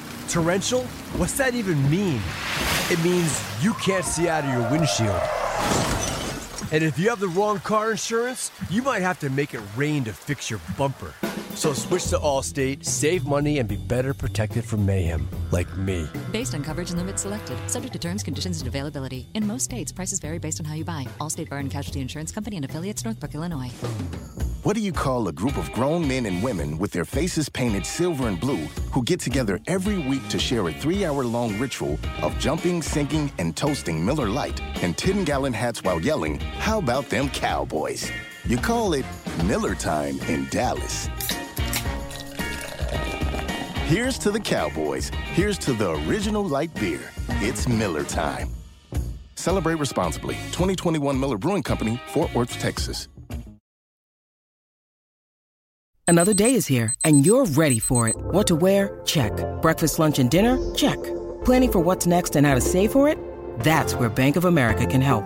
[SPEAKER 7] Torrential? What's that even mean? It means you can't see out of your windshield. And if you have the wrong car insurance, you might have to make it rain to fix your bumper. So switch to Allstate, save money, and be better protected from mayhem, like me.
[SPEAKER 8] Based on coverage and limits selected, subject to terms, conditions, and availability. In most states, prices vary based on how you buy. Allstate Bar and Casualty Insurance Company and affiliates, Northbrook, Illinois.
[SPEAKER 9] What do you call a group of grown men and women with their faces painted silver and blue who get together every week to share a three hour long ritual of jumping, sinking, and toasting Miller Lite in 10 gallon hats while yelling, How about them cowboys? You call it Miller Time in Dallas. Here's to the Cowboys. Here's to the original light beer. It's Miller Time. Celebrate responsibly. 2021 Miller Brewing Company, Fort Worth, Texas.
[SPEAKER 7] Another day is here, and you're ready for it. What to wear? Check. Breakfast, lunch, and dinner? Check. Planning for what's next and how to save for it? That's where Bank of America can help.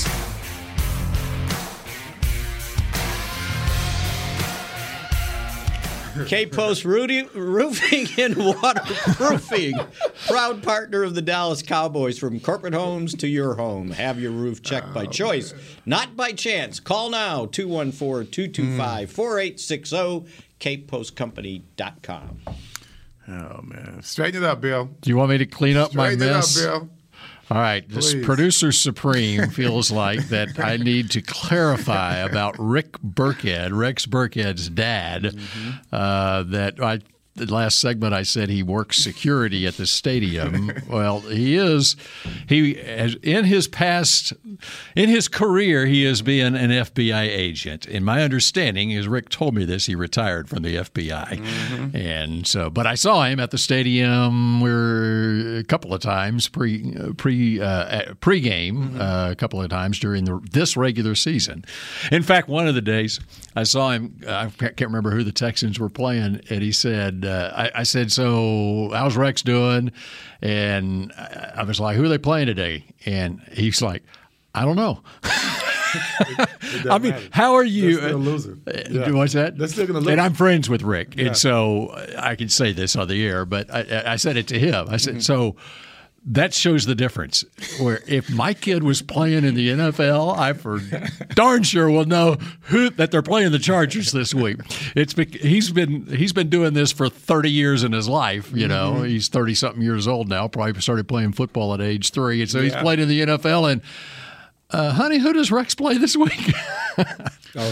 [SPEAKER 2] K Post Rudy Roofing and Waterproofing. Proud partner of the Dallas Cowboys from corporate homes to your home. Have your roof checked by choice, not by chance. Call now 214 225 4860, capepostcompany.com.
[SPEAKER 3] Oh, man. Straighten it up, Bill.
[SPEAKER 1] Do you want me to clean up my
[SPEAKER 3] Straighten it up,
[SPEAKER 1] mess?
[SPEAKER 3] Bill.
[SPEAKER 1] All right. This
[SPEAKER 3] Please.
[SPEAKER 1] producer supreme feels like that I need to clarify about Rick Burkhead, Rex Burkhead's dad, uh, that I. The last segment, I said he works security at the stadium. well, he is. He has, in his past, in his career, he has been an FBI agent. In my understanding, as Rick told me this, he retired from the FBI.
[SPEAKER 3] Mm-hmm.
[SPEAKER 1] And so, but I saw him at the stadium where a couple of times pre pre uh, pregame,
[SPEAKER 3] Mm-hmm.
[SPEAKER 1] uh, a couple of times during the, this regular season. In fact, one of the days I saw him. I can't can't remember who the Texans were playing, and he said, uh, I, "I said, so how's Rex doing?" And I I was like, "Who are they playing today?" And he's like, "I don't know." I mean, how are you?
[SPEAKER 3] They're still losing.
[SPEAKER 1] Uh,
[SPEAKER 3] Yeah.
[SPEAKER 1] What's that?
[SPEAKER 3] They're still gonna lose.
[SPEAKER 1] And I'm friends with Rick,
[SPEAKER 3] Yeah.
[SPEAKER 1] and so uh, I can say this on the air, but I- I, I said it to him. I
[SPEAKER 3] Mm-hmm.
[SPEAKER 1] said so. That shows the difference. Where if my kid was playing in the NFL, I for darn sure will know who that they're playing the Chargers this week. It's bec- he's been he's been doing this for 30 years in his life. You know,
[SPEAKER 3] Mm-hmm.
[SPEAKER 10] Mhm.
[SPEAKER 1] he's 30 something years old now. Probably started playing football at age three, and so he's
[SPEAKER 3] Yeah.
[SPEAKER 1] played in the NFL. And uh, honey, who does Rex play this week?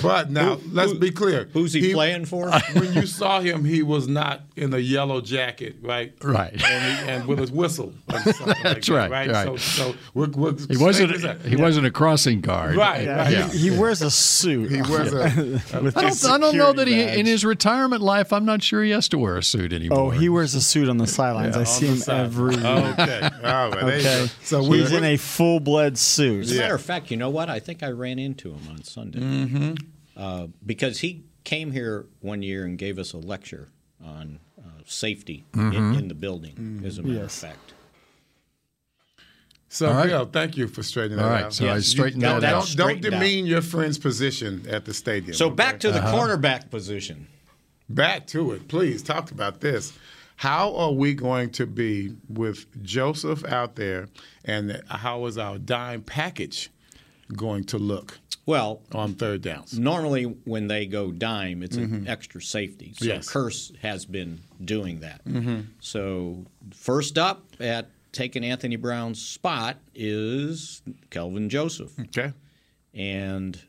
[SPEAKER 3] But now let's be clear. Who's
[SPEAKER 2] he playing for?
[SPEAKER 3] when you saw him, he was not in a yellow jacket, right?
[SPEAKER 1] Right.
[SPEAKER 3] And, he- and with his whistle. Or something like
[SPEAKER 1] That's
[SPEAKER 3] that,
[SPEAKER 1] right,
[SPEAKER 3] right.
[SPEAKER 1] right.
[SPEAKER 3] So, so we're, we're
[SPEAKER 1] He wasn't.
[SPEAKER 3] straight as a-
[SPEAKER 1] He wasn't a crossing guard.
[SPEAKER 3] Right, right.
[SPEAKER 1] Yeah.
[SPEAKER 11] He wears a suit. He
[SPEAKER 3] wears a-
[SPEAKER 11] with
[SPEAKER 1] I
[SPEAKER 11] a
[SPEAKER 1] don't, I don't know
[SPEAKER 11] security
[SPEAKER 1] that he,
[SPEAKER 11] badge.
[SPEAKER 1] in his retirement life, I'm not sure he has to wear a suit anymore.
[SPEAKER 11] Oh, he wears a suit on the sidelines. I
[SPEAKER 1] on
[SPEAKER 11] see
[SPEAKER 1] the
[SPEAKER 11] him
[SPEAKER 1] side.
[SPEAKER 11] every. week.
[SPEAKER 3] Okay. All right, there you
[SPEAKER 11] Okay.
[SPEAKER 3] go. So we-
[SPEAKER 11] he's in a full-blood suit.
[SPEAKER 2] As a matter of fact, you know what? I think I ran into him on Sunday
[SPEAKER 3] Mm-hmm.
[SPEAKER 2] uh, because he came here one year and gave us a lecture on uh, safety in,
[SPEAKER 3] Mhm.
[SPEAKER 2] in the building. As a matter
[SPEAKER 3] Yes.
[SPEAKER 2] of fact,
[SPEAKER 3] So,
[SPEAKER 2] All right.
[SPEAKER 3] Bill, thank you for straightening
[SPEAKER 1] All
[SPEAKER 3] that
[SPEAKER 1] right,
[SPEAKER 3] out.
[SPEAKER 1] so I
[SPEAKER 3] uh, You
[SPEAKER 1] straightened
[SPEAKER 3] got
[SPEAKER 1] that out.
[SPEAKER 3] Don't, don't
[SPEAKER 1] Straightened out.
[SPEAKER 3] demean your friend's position at the stadium.
[SPEAKER 2] So back to the
[SPEAKER 3] corner.
[SPEAKER 2] cornerback position.
[SPEAKER 3] Back to it, please. Talk about this. How are we going to be with Joseph out there, and how is our dime package going to look?
[SPEAKER 2] Well,
[SPEAKER 3] on third downs,
[SPEAKER 2] normally when they go dime, it's an extra safety. So
[SPEAKER 3] Mm-hmm. Yes.
[SPEAKER 2] Curse has been doing that.
[SPEAKER 3] Mhm.
[SPEAKER 2] So first up at taking Anthony Brown's spot is Kelvin Joseph.
[SPEAKER 3] Okay.
[SPEAKER 2] And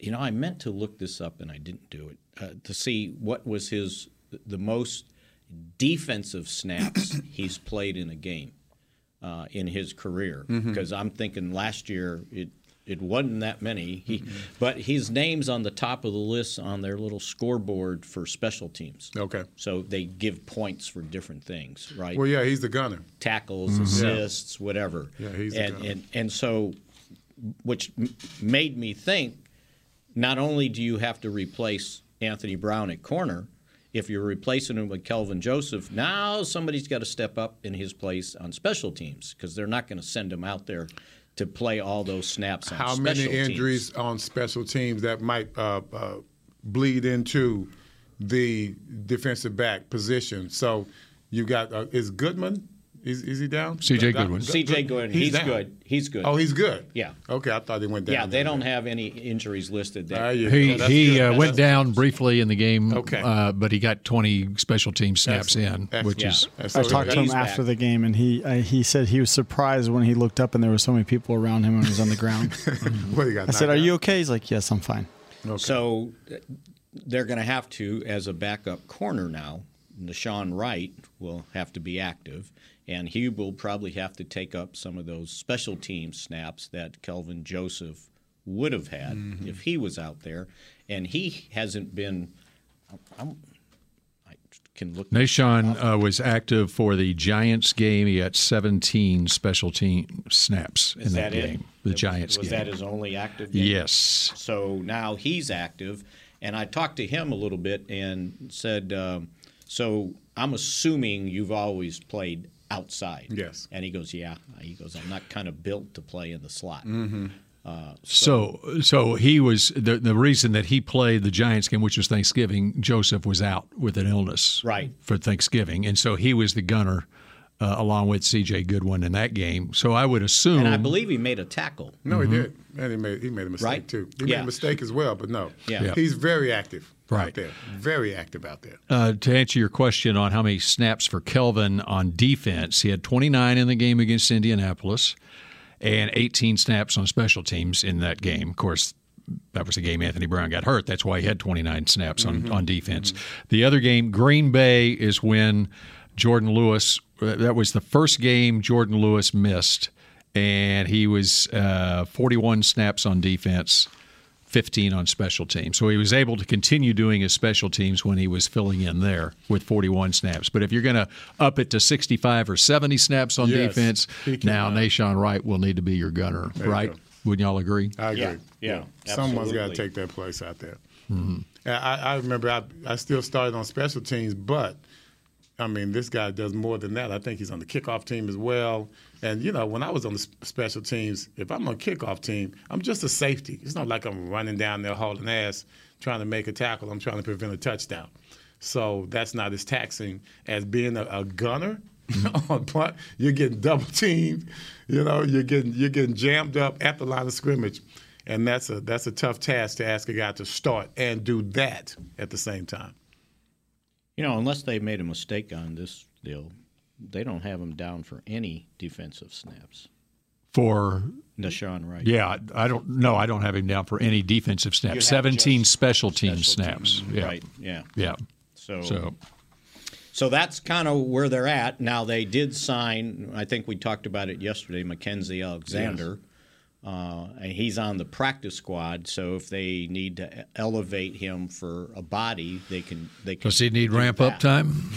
[SPEAKER 2] you know, I meant to look this up and I didn't do it uh, to see what was his the most defensive snaps he's played in a game uh, in his career
[SPEAKER 10] Mhm.
[SPEAKER 2] because I'm thinking last year it it wasn't that many. He, but his name's on the top of the list on their little scoreboard for special teams.
[SPEAKER 3] Okay.
[SPEAKER 2] So they give points for different things, right?
[SPEAKER 3] Well, yeah, he's the gunner.
[SPEAKER 2] Tackles,
[SPEAKER 3] Mhm.
[SPEAKER 2] assists, whatever.
[SPEAKER 3] Yeah, he's the
[SPEAKER 2] and,
[SPEAKER 3] gunner.
[SPEAKER 2] and and so, which m- made me think, not only do you have to replace Anthony Brown at corner, if you're replacing him with Kelvin Joseph, now somebody's got to step up in his place on special teams because they're not going to send him out there to play all those snaps. On
[SPEAKER 3] How
[SPEAKER 2] special
[SPEAKER 3] many
[SPEAKER 2] teams.
[SPEAKER 3] injuries on special teams that might uh, uh, bleed into the defensive back position? So you got uh, is Goodman? Is, is he down?
[SPEAKER 1] C.J. Goodwin.
[SPEAKER 2] C.J. Goodwin, he's
[SPEAKER 3] down.
[SPEAKER 2] good. He's good.
[SPEAKER 3] Oh, he's good.
[SPEAKER 2] Yeah.
[SPEAKER 3] Okay, I thought he went down.
[SPEAKER 2] Yeah, they
[SPEAKER 3] there. Ah,
[SPEAKER 2] don't have any injuries listed there.
[SPEAKER 1] He he uh, went
[SPEAKER 2] That's-
[SPEAKER 1] down briefly in the game,
[SPEAKER 2] Okay.
[SPEAKER 1] uh, but he got 20 special team snaps in, which is
[SPEAKER 11] I talked to him after the game, and he uh, he said he was surprised when he looked up and there were so many people around him and he was on the ground.
[SPEAKER 3] What do you got?
[SPEAKER 11] I said, "Are you okay?" He's like, "Yes, I'm fine."
[SPEAKER 2] So uh, they're going to have to, as a backup corner now, Nashawn Wright will have to be active, and he will probably have to take up some of those special team snaps that Kelvin Joseph would have had if he was out there, and he hasn't been. i I'm, I can look.
[SPEAKER 1] Nashawn uh, was active for the Giants game. He had 17 special team snaps
[SPEAKER 2] Is
[SPEAKER 1] in
[SPEAKER 2] that,
[SPEAKER 1] that,
[SPEAKER 2] it?
[SPEAKER 1] game. The
[SPEAKER 2] That was-
[SPEAKER 1] Giants
[SPEAKER 2] was
[SPEAKER 1] game.
[SPEAKER 2] that his only active? Game?
[SPEAKER 1] Yes.
[SPEAKER 2] So now he's active, and I talked to him a little bit and said, um, "So I'm assuming you've always played outside." Yes. And he goes, "Yeah." He goes, "I'm not kind of built to play in the slot." Uh,
[SPEAKER 1] So, so he was the the reason that he played the Giants game, which was Thanksgiving. Joseph was out with an illness,
[SPEAKER 2] Right.
[SPEAKER 1] for Thanksgiving, and so he was the gunner uh, along with C.J. Goodwin in that game. So I would assume.
[SPEAKER 2] And I believe he made a tackle.
[SPEAKER 3] No,
[SPEAKER 1] Mhm.
[SPEAKER 3] he did. And he made he made a mistake
[SPEAKER 2] Mm-hmm. Right?
[SPEAKER 3] too. He made
[SPEAKER 2] Yeah.
[SPEAKER 3] a mistake as well, but no.
[SPEAKER 1] Yeah. Yeah.
[SPEAKER 3] He's very active
[SPEAKER 1] Right.
[SPEAKER 3] out there. Very active out there.
[SPEAKER 1] Uh, to answer your question on how many snaps for Kelvin on defense, he had 29 in the game against Indianapolis and 18 snaps on special teams in that game. Of course, that was the game Anthony Brown got hurt. That's why he had 29 snaps on,
[SPEAKER 10] Mm-hmm.
[SPEAKER 1] on defense. The other game, Green Bay, is when Jordan Lewis, uh, that was the first game Jordan Lewis missed, and he was uh, 41 snaps on defense. 15 on special teams. So he was able to continue doing his special teams when he was filling in there with 41 snaps. But if you're going to up it to 65 or 70 snaps on
[SPEAKER 10] Yes.
[SPEAKER 1] defense,
[SPEAKER 10] He can,
[SPEAKER 1] now Nashawn Wright will need to be your gunner,
[SPEAKER 3] There you
[SPEAKER 1] right?
[SPEAKER 3] go.
[SPEAKER 1] Wouldn't y'all agree?
[SPEAKER 3] I agree.
[SPEAKER 2] Yeah, yeah,
[SPEAKER 3] Someone's got to
[SPEAKER 2] absolutely.
[SPEAKER 3] take their place out there.
[SPEAKER 1] Mhm.
[SPEAKER 3] And I, I remember I, I still started on special teams, but I mean, this guy does more than that. I think he's on the kickoff team as well. And, you know, when I was on the s- special teams, if I'm on kickoff team, I'm just a safety. It's not like I'm running down there hauling ass trying to make a tackle. I'm trying to prevent a touchdown. So that's not as taxing as being a, a gunner on punt. You're getting double teamed. You know, you're getting you're getting jammed up at the line of scrimmage. And that's a that's a tough task to ask a guy to start and do that at the same time.
[SPEAKER 2] You know, unless they made a mistake on this deal, they don't have him down for any defensive snaps.
[SPEAKER 1] For
[SPEAKER 2] Nashawn Wright.
[SPEAKER 1] Yeah, I- I don't know. I don't have him down for any defensive
[SPEAKER 2] You have
[SPEAKER 1] snaps. 17 special team snaps. Yeah.
[SPEAKER 2] Right. Yeah.
[SPEAKER 1] Yeah.
[SPEAKER 2] So,
[SPEAKER 1] So-
[SPEAKER 2] so, that's kind of where they're at. Now, they did sign, I think we talked about it yesterday, Mackenzie Alexander. Uh, and he's on the practice squad, so if they need to elevate him for a body, they can. They can
[SPEAKER 1] Does he need
[SPEAKER 2] do
[SPEAKER 1] ramp up
[SPEAKER 2] that.
[SPEAKER 1] time?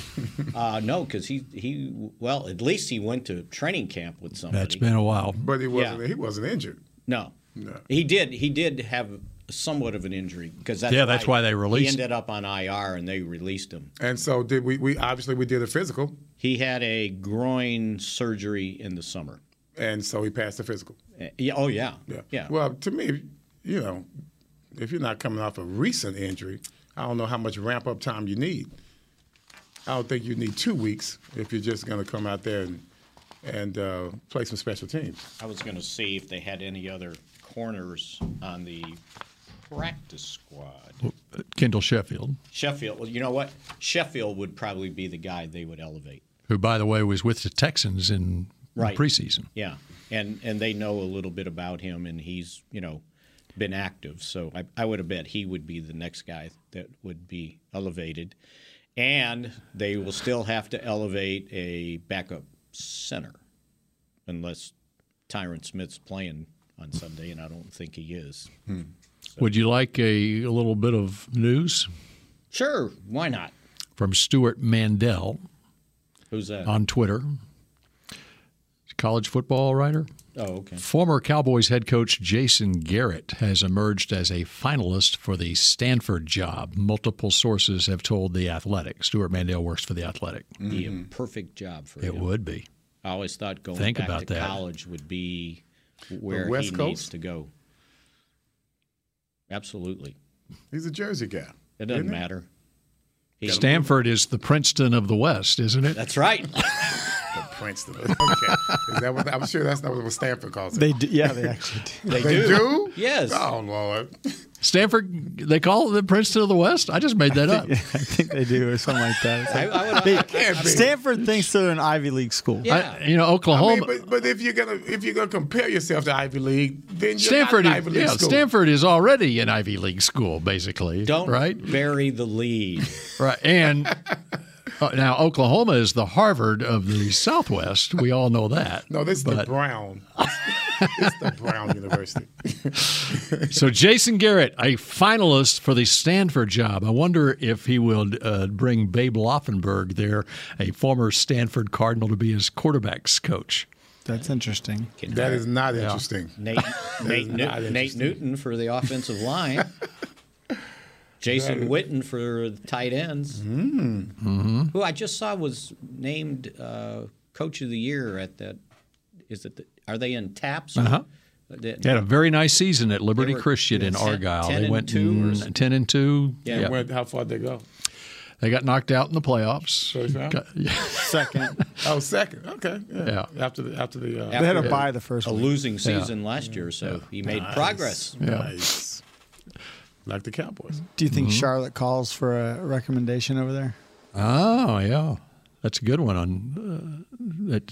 [SPEAKER 2] Uh, no, because he he well, at least he went to training camp with somebody.
[SPEAKER 1] That's been a while.
[SPEAKER 3] But he wasn't
[SPEAKER 2] Yeah.
[SPEAKER 3] he wasn't injured.
[SPEAKER 2] No.
[SPEAKER 3] No.
[SPEAKER 2] He did. He did have somewhat of an injury because that's
[SPEAKER 1] Yeah, that's why they released
[SPEAKER 2] He ended up on IR and they released him.
[SPEAKER 3] And so did we? We obviously we did a physical,
[SPEAKER 2] He had a groin surgery in the summer.
[SPEAKER 3] and so he passed the physical.
[SPEAKER 2] Yeah. Oh yeah.
[SPEAKER 3] Yeah. Well, to me, you know, if you're not coming off a recent injury, I don't know how much ramp up time you need. I don't think you need two weeks if you're just going to come out there and and uh, play some special teams.
[SPEAKER 2] I was going to see if they had any other corners on the practice squad.
[SPEAKER 1] Kendall Sheffield,
[SPEAKER 2] Sheffield. Well, you know what? Sheffield would probably be the guy they would elevate.
[SPEAKER 1] who, by the way, was with the Texans in
[SPEAKER 2] Right.
[SPEAKER 1] preseason.
[SPEAKER 2] Yeah, and and they know a little bit about him, and he's you know been active. So I, I would have bet he would be the next guy that would be elevated, and they will still have to elevate a backup center, unless Tyron Smith's playing on Sunday, and I don't think he is.
[SPEAKER 1] Would you like a, a little bit of news
[SPEAKER 2] Sure, why not?
[SPEAKER 1] from Stuart Mandel
[SPEAKER 2] Who's that?
[SPEAKER 1] on Twitter? College football writer.
[SPEAKER 2] oh, okay.
[SPEAKER 1] Former Cowboys head coach Jason Garrett has emerged as a finalist for the Stanford job. Multiple sources have told The Athletic. Stuart Mandel works for The Athletic.
[SPEAKER 2] Be a perfect job for
[SPEAKER 1] It
[SPEAKER 2] him.
[SPEAKER 1] would be.
[SPEAKER 2] I always thought going
[SPEAKER 1] Think
[SPEAKER 2] back
[SPEAKER 1] about
[SPEAKER 2] to
[SPEAKER 1] that.
[SPEAKER 2] college would be where
[SPEAKER 3] West
[SPEAKER 2] he
[SPEAKER 3] Coast?
[SPEAKER 2] needs to go. Absolutely.
[SPEAKER 3] He's a Jersey guy.
[SPEAKER 2] It doesn't
[SPEAKER 3] Isn't it?
[SPEAKER 2] matter. He-
[SPEAKER 1] Stanford is the Princeton of the West, isn't it?
[SPEAKER 2] That's right.
[SPEAKER 3] The Princeton. Okay. Is that what, I'm sure that's not what Stanford calls it.
[SPEAKER 11] They do, yeah, they actually do.
[SPEAKER 2] They
[SPEAKER 3] They
[SPEAKER 2] do.
[SPEAKER 3] do?
[SPEAKER 2] Yes.
[SPEAKER 3] Oh Lord.
[SPEAKER 1] Stanford, they call it the Princeton of the West? I just made that up.
[SPEAKER 11] I think they do, or something like that. It's
[SPEAKER 2] I-
[SPEAKER 11] like-
[SPEAKER 2] I would-
[SPEAKER 11] they-
[SPEAKER 2] I can't be.
[SPEAKER 11] Stanford thinks they're an Ivy League school.
[SPEAKER 1] I- you know, Oklahoma.
[SPEAKER 3] I mean, but, but if you're gonna if you're gonna compare yourself to Ivy League, then you're
[SPEAKER 1] Stanford, is-
[SPEAKER 3] not an Ivy League
[SPEAKER 1] yeah,
[SPEAKER 3] school.
[SPEAKER 1] Stanford is already an Ivy League school, basically.
[SPEAKER 2] Don't
[SPEAKER 1] right,
[SPEAKER 2] bury the lead.
[SPEAKER 1] right, and uh, now Oklahoma is the Harvard of the Southwest. We all know that.
[SPEAKER 3] No, this is the
[SPEAKER 1] But-
[SPEAKER 3] Brown. it's the Brown University.
[SPEAKER 1] so Jason Garrett, a finalist for the Stanford job. I wonder if he will uh, bring Babe Loffenberg there, a former Stanford Cardinal, to be his quarterbacks coach.
[SPEAKER 11] That's interesting.
[SPEAKER 3] That is not interesting.
[SPEAKER 2] Nate, Nate,
[SPEAKER 3] not
[SPEAKER 2] Newt- Nate
[SPEAKER 3] interesting.
[SPEAKER 2] Newton for the offensive line. Jason Witten for the tight ends,
[SPEAKER 11] Hmm.
[SPEAKER 2] who I just saw was named uh, coach of the year at that. Is it? The, are they in taps? Uh,
[SPEAKER 1] Uh-huh.
[SPEAKER 2] They-
[SPEAKER 1] They had a very nice season at Liberty
[SPEAKER 2] They were,
[SPEAKER 1] Christian
[SPEAKER 2] yeah,
[SPEAKER 1] in
[SPEAKER 2] 10
[SPEAKER 1] Argyle.
[SPEAKER 2] 10
[SPEAKER 1] they
[SPEAKER 2] and
[SPEAKER 1] went
[SPEAKER 2] two or
[SPEAKER 1] mm,
[SPEAKER 2] something.
[SPEAKER 1] ten and two.
[SPEAKER 3] And where- how far they go?
[SPEAKER 1] They got knocked out in the playoffs.
[SPEAKER 3] First round?
[SPEAKER 1] Got- yeah.
[SPEAKER 3] Second. oh, second. Okay. Yeah. After the after the uh,
[SPEAKER 2] After
[SPEAKER 11] had a bye the first
[SPEAKER 2] a
[SPEAKER 11] week.
[SPEAKER 2] losing
[SPEAKER 11] Yeah.
[SPEAKER 2] season last year, so he made
[SPEAKER 3] Nice.
[SPEAKER 2] progress.
[SPEAKER 1] Yeah.
[SPEAKER 3] Nice. Like the Cowboys.
[SPEAKER 11] Do you think
[SPEAKER 1] Mhm.
[SPEAKER 11] Charlotte calls for a recommendation over there?
[SPEAKER 1] Oh, yeah. That's a good one. On uh, that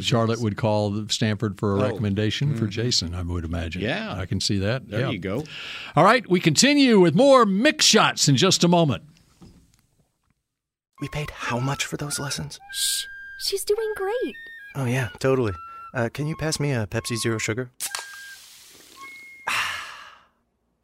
[SPEAKER 1] Charlotte, would call Stanford for a
[SPEAKER 2] Oh.
[SPEAKER 1] recommendation for Jason. I would imagine.
[SPEAKER 2] Yeah.
[SPEAKER 1] I can see that.
[SPEAKER 2] There
[SPEAKER 1] Yeah.
[SPEAKER 2] you go.
[SPEAKER 1] All right, we continue with more mix shots in just a moment.
[SPEAKER 5] We paid how much for those lessons?
[SPEAKER 6] Shh, she's doing great.
[SPEAKER 5] Oh, yeah, totally. Uh, can you pass me a Pepsi Zero Sugar?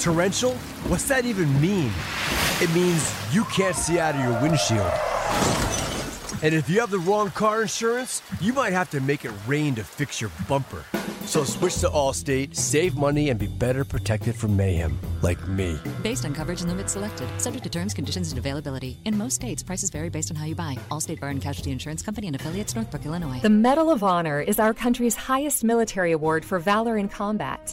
[SPEAKER 10] Torrential? What's that even mean? It means you can't see out of your windshield. And if you have the wrong car insurance, you might have to make it rain to fix your bumper. So switch to Allstate, save money, and be better protected from mayhem, like me.
[SPEAKER 8] Based on coverage and limits selected, subject to terms, conditions, and availability. In most states, prices vary based on how you buy. Allstate Bar and Casualty Insurance Company and affiliates, Northbrook, Illinois.
[SPEAKER 4] The Medal of Honor is our country's highest military award for valor in combat.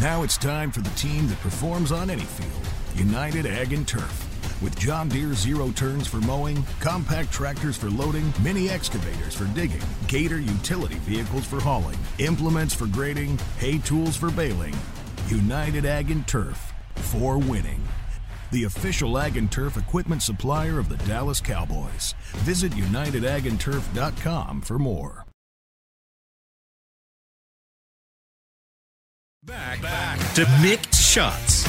[SPEAKER 12] Now it's time for the team that performs on any field United Ag and Turf. With John Deere zero turns for mowing, compact tractors for loading, mini excavators for digging, Gator utility vehicles for hauling, implements for grading, hay tools for baling. United Ag and Turf for winning. The official Ag and Turf equipment supplier of the Dallas Cowboys. Visit unitedagandturf.com for more.
[SPEAKER 13] Back, back to mixed shots.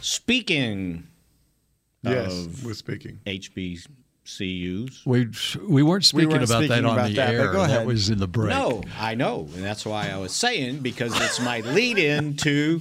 [SPEAKER 2] Speaking
[SPEAKER 3] Yes,
[SPEAKER 2] of
[SPEAKER 3] we're speaking.
[SPEAKER 2] HBCUs.
[SPEAKER 1] We we weren't speaking
[SPEAKER 2] weren't
[SPEAKER 1] about that
[SPEAKER 2] speaking
[SPEAKER 1] on
[SPEAKER 2] about
[SPEAKER 1] the
[SPEAKER 2] that, but
[SPEAKER 1] air.
[SPEAKER 2] go
[SPEAKER 1] That
[SPEAKER 2] ahead.
[SPEAKER 1] was in the break.
[SPEAKER 2] No, I know. And that's why I was saying because it's my lead in to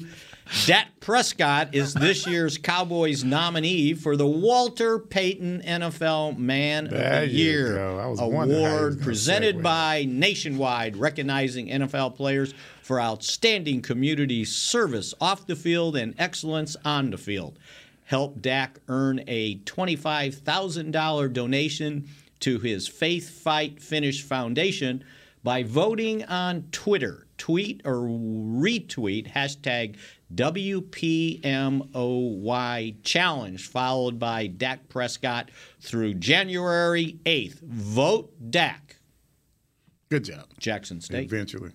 [SPEAKER 2] Dak Prescott is this year's Cowboys nominee for the Walter Payton NFL Man
[SPEAKER 3] There
[SPEAKER 2] of the
[SPEAKER 3] you
[SPEAKER 2] Year
[SPEAKER 3] go. I was wondering how he was
[SPEAKER 2] award
[SPEAKER 3] gonna
[SPEAKER 2] presented by Nationwide, recognizing NFL players for outstanding community service off the field and excellence on the field. Help Dak earn a $25,000 donation to his Faith Fight Finish Foundation by voting on Twitter. Tweet or retweet hashtag WPMOY challenge, followed by Dak Prescott through January 8th. Vote Dak.
[SPEAKER 3] Good job.
[SPEAKER 2] Jackson State.
[SPEAKER 3] Eventually.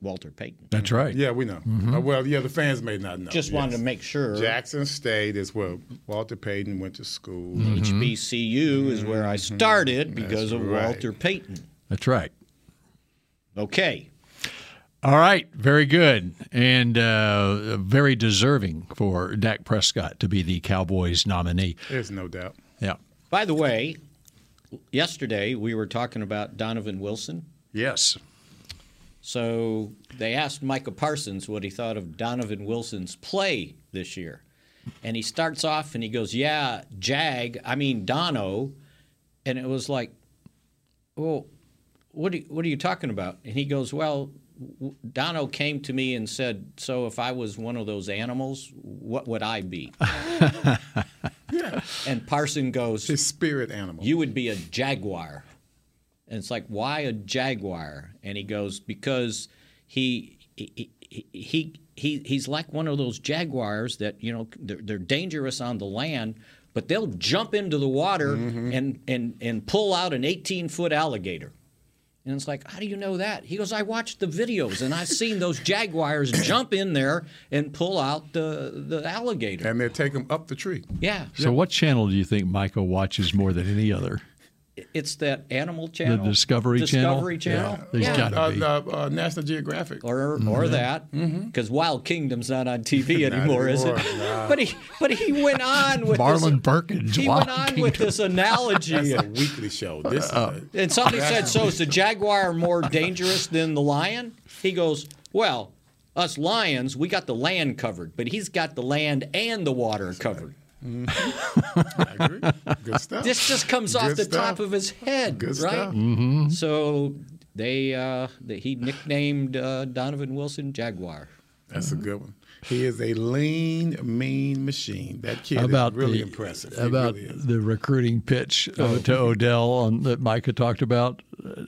[SPEAKER 2] Walter Payton.
[SPEAKER 1] That's right.
[SPEAKER 3] Yeah, we know.
[SPEAKER 2] Mhm.
[SPEAKER 3] Uh, well, yeah, the fans may not know.
[SPEAKER 2] Just wanted to make sure.
[SPEAKER 3] Jackson State is where Walter Payton went to school.
[SPEAKER 2] Mm-hmm. HBCU is where I started because of
[SPEAKER 3] right.
[SPEAKER 2] Walter Payton.
[SPEAKER 1] That's right.
[SPEAKER 2] Okay.
[SPEAKER 1] All right, very good, and uh, very deserving for Dak Prescott to be the Cowboys nominee.
[SPEAKER 3] There's no doubt.
[SPEAKER 1] Yeah.
[SPEAKER 2] By the way, yesterday we were talking about Donovan Wilson.
[SPEAKER 1] Yes.
[SPEAKER 2] So they asked Micah Parsons what he thought of Donovan Wilson's play this year. And he starts off and he goes, Yeah, Jag, I mean Dono. And it was like, Well, what are, what are you talking about? And he goes, Well, w- Dono came to me and said, So if I was one of those animals, what would I be? And Parson goes, His
[SPEAKER 3] spirit animal.
[SPEAKER 2] You would be a jaguar. And it's like, why a jaguar? And he goes, because he he he, he he's like one of those jaguars that you know they're, they're dangerous on the land, but they'll jump into the water and and and pull out an 18 foot alligator. And it's like, how do you know that? He goes, I watched the videos and I've seen those jaguars jump in there and pull out the, the alligator.
[SPEAKER 3] And they take them up the tree.
[SPEAKER 2] Yeah.
[SPEAKER 1] So, what channel do you think Michael watches more than any other?
[SPEAKER 2] It's that animal channel.
[SPEAKER 1] Discovery Channel?
[SPEAKER 2] Discovery Channel.
[SPEAKER 1] Yeah. There's gotta
[SPEAKER 3] uh,
[SPEAKER 1] be.
[SPEAKER 3] uh, uh, National Geographic.
[SPEAKER 2] Or, or
[SPEAKER 3] Mm-hmm.
[SPEAKER 2] that, because Wild Kingdom's not on TV anymore, is it?
[SPEAKER 3] anymore, nah.
[SPEAKER 2] But he, but he went on with
[SPEAKER 1] Marlon
[SPEAKER 2] this,
[SPEAKER 1] Perkins,
[SPEAKER 2] He
[SPEAKER 1] Wild
[SPEAKER 2] went on with
[SPEAKER 1] Kingdom.
[SPEAKER 2] this analogy,
[SPEAKER 3] That's a
[SPEAKER 2] and,
[SPEAKER 3] weekly show. This is
[SPEAKER 1] Uh,
[SPEAKER 3] a-
[SPEAKER 2] and somebody
[SPEAKER 3] That's
[SPEAKER 2] said,
[SPEAKER 3] a
[SPEAKER 2] "So is the jaguar more dangerous than the lion?" He goes, "Well, us lions, we got the land covered, but he's got the land and the water covered."
[SPEAKER 3] Mm-hmm. Good stuff.
[SPEAKER 2] This just comes
[SPEAKER 3] Good
[SPEAKER 2] off the
[SPEAKER 3] stuff.
[SPEAKER 2] top of his head,
[SPEAKER 3] Good
[SPEAKER 2] right?
[SPEAKER 3] stuff. Mm-hmm.
[SPEAKER 2] So they uh, they- he nicknamed uh, Donovan Wilson Jaguar.
[SPEAKER 3] That's a
[SPEAKER 1] Mm-hmm.
[SPEAKER 3] good one. He is a lean, mean machine. That kid
[SPEAKER 1] about
[SPEAKER 3] is really
[SPEAKER 1] the,
[SPEAKER 3] impressive. He
[SPEAKER 1] About
[SPEAKER 3] really is. Oh.
[SPEAKER 1] the recruiting pitch uh, to Odell on, that Micah talked about uh,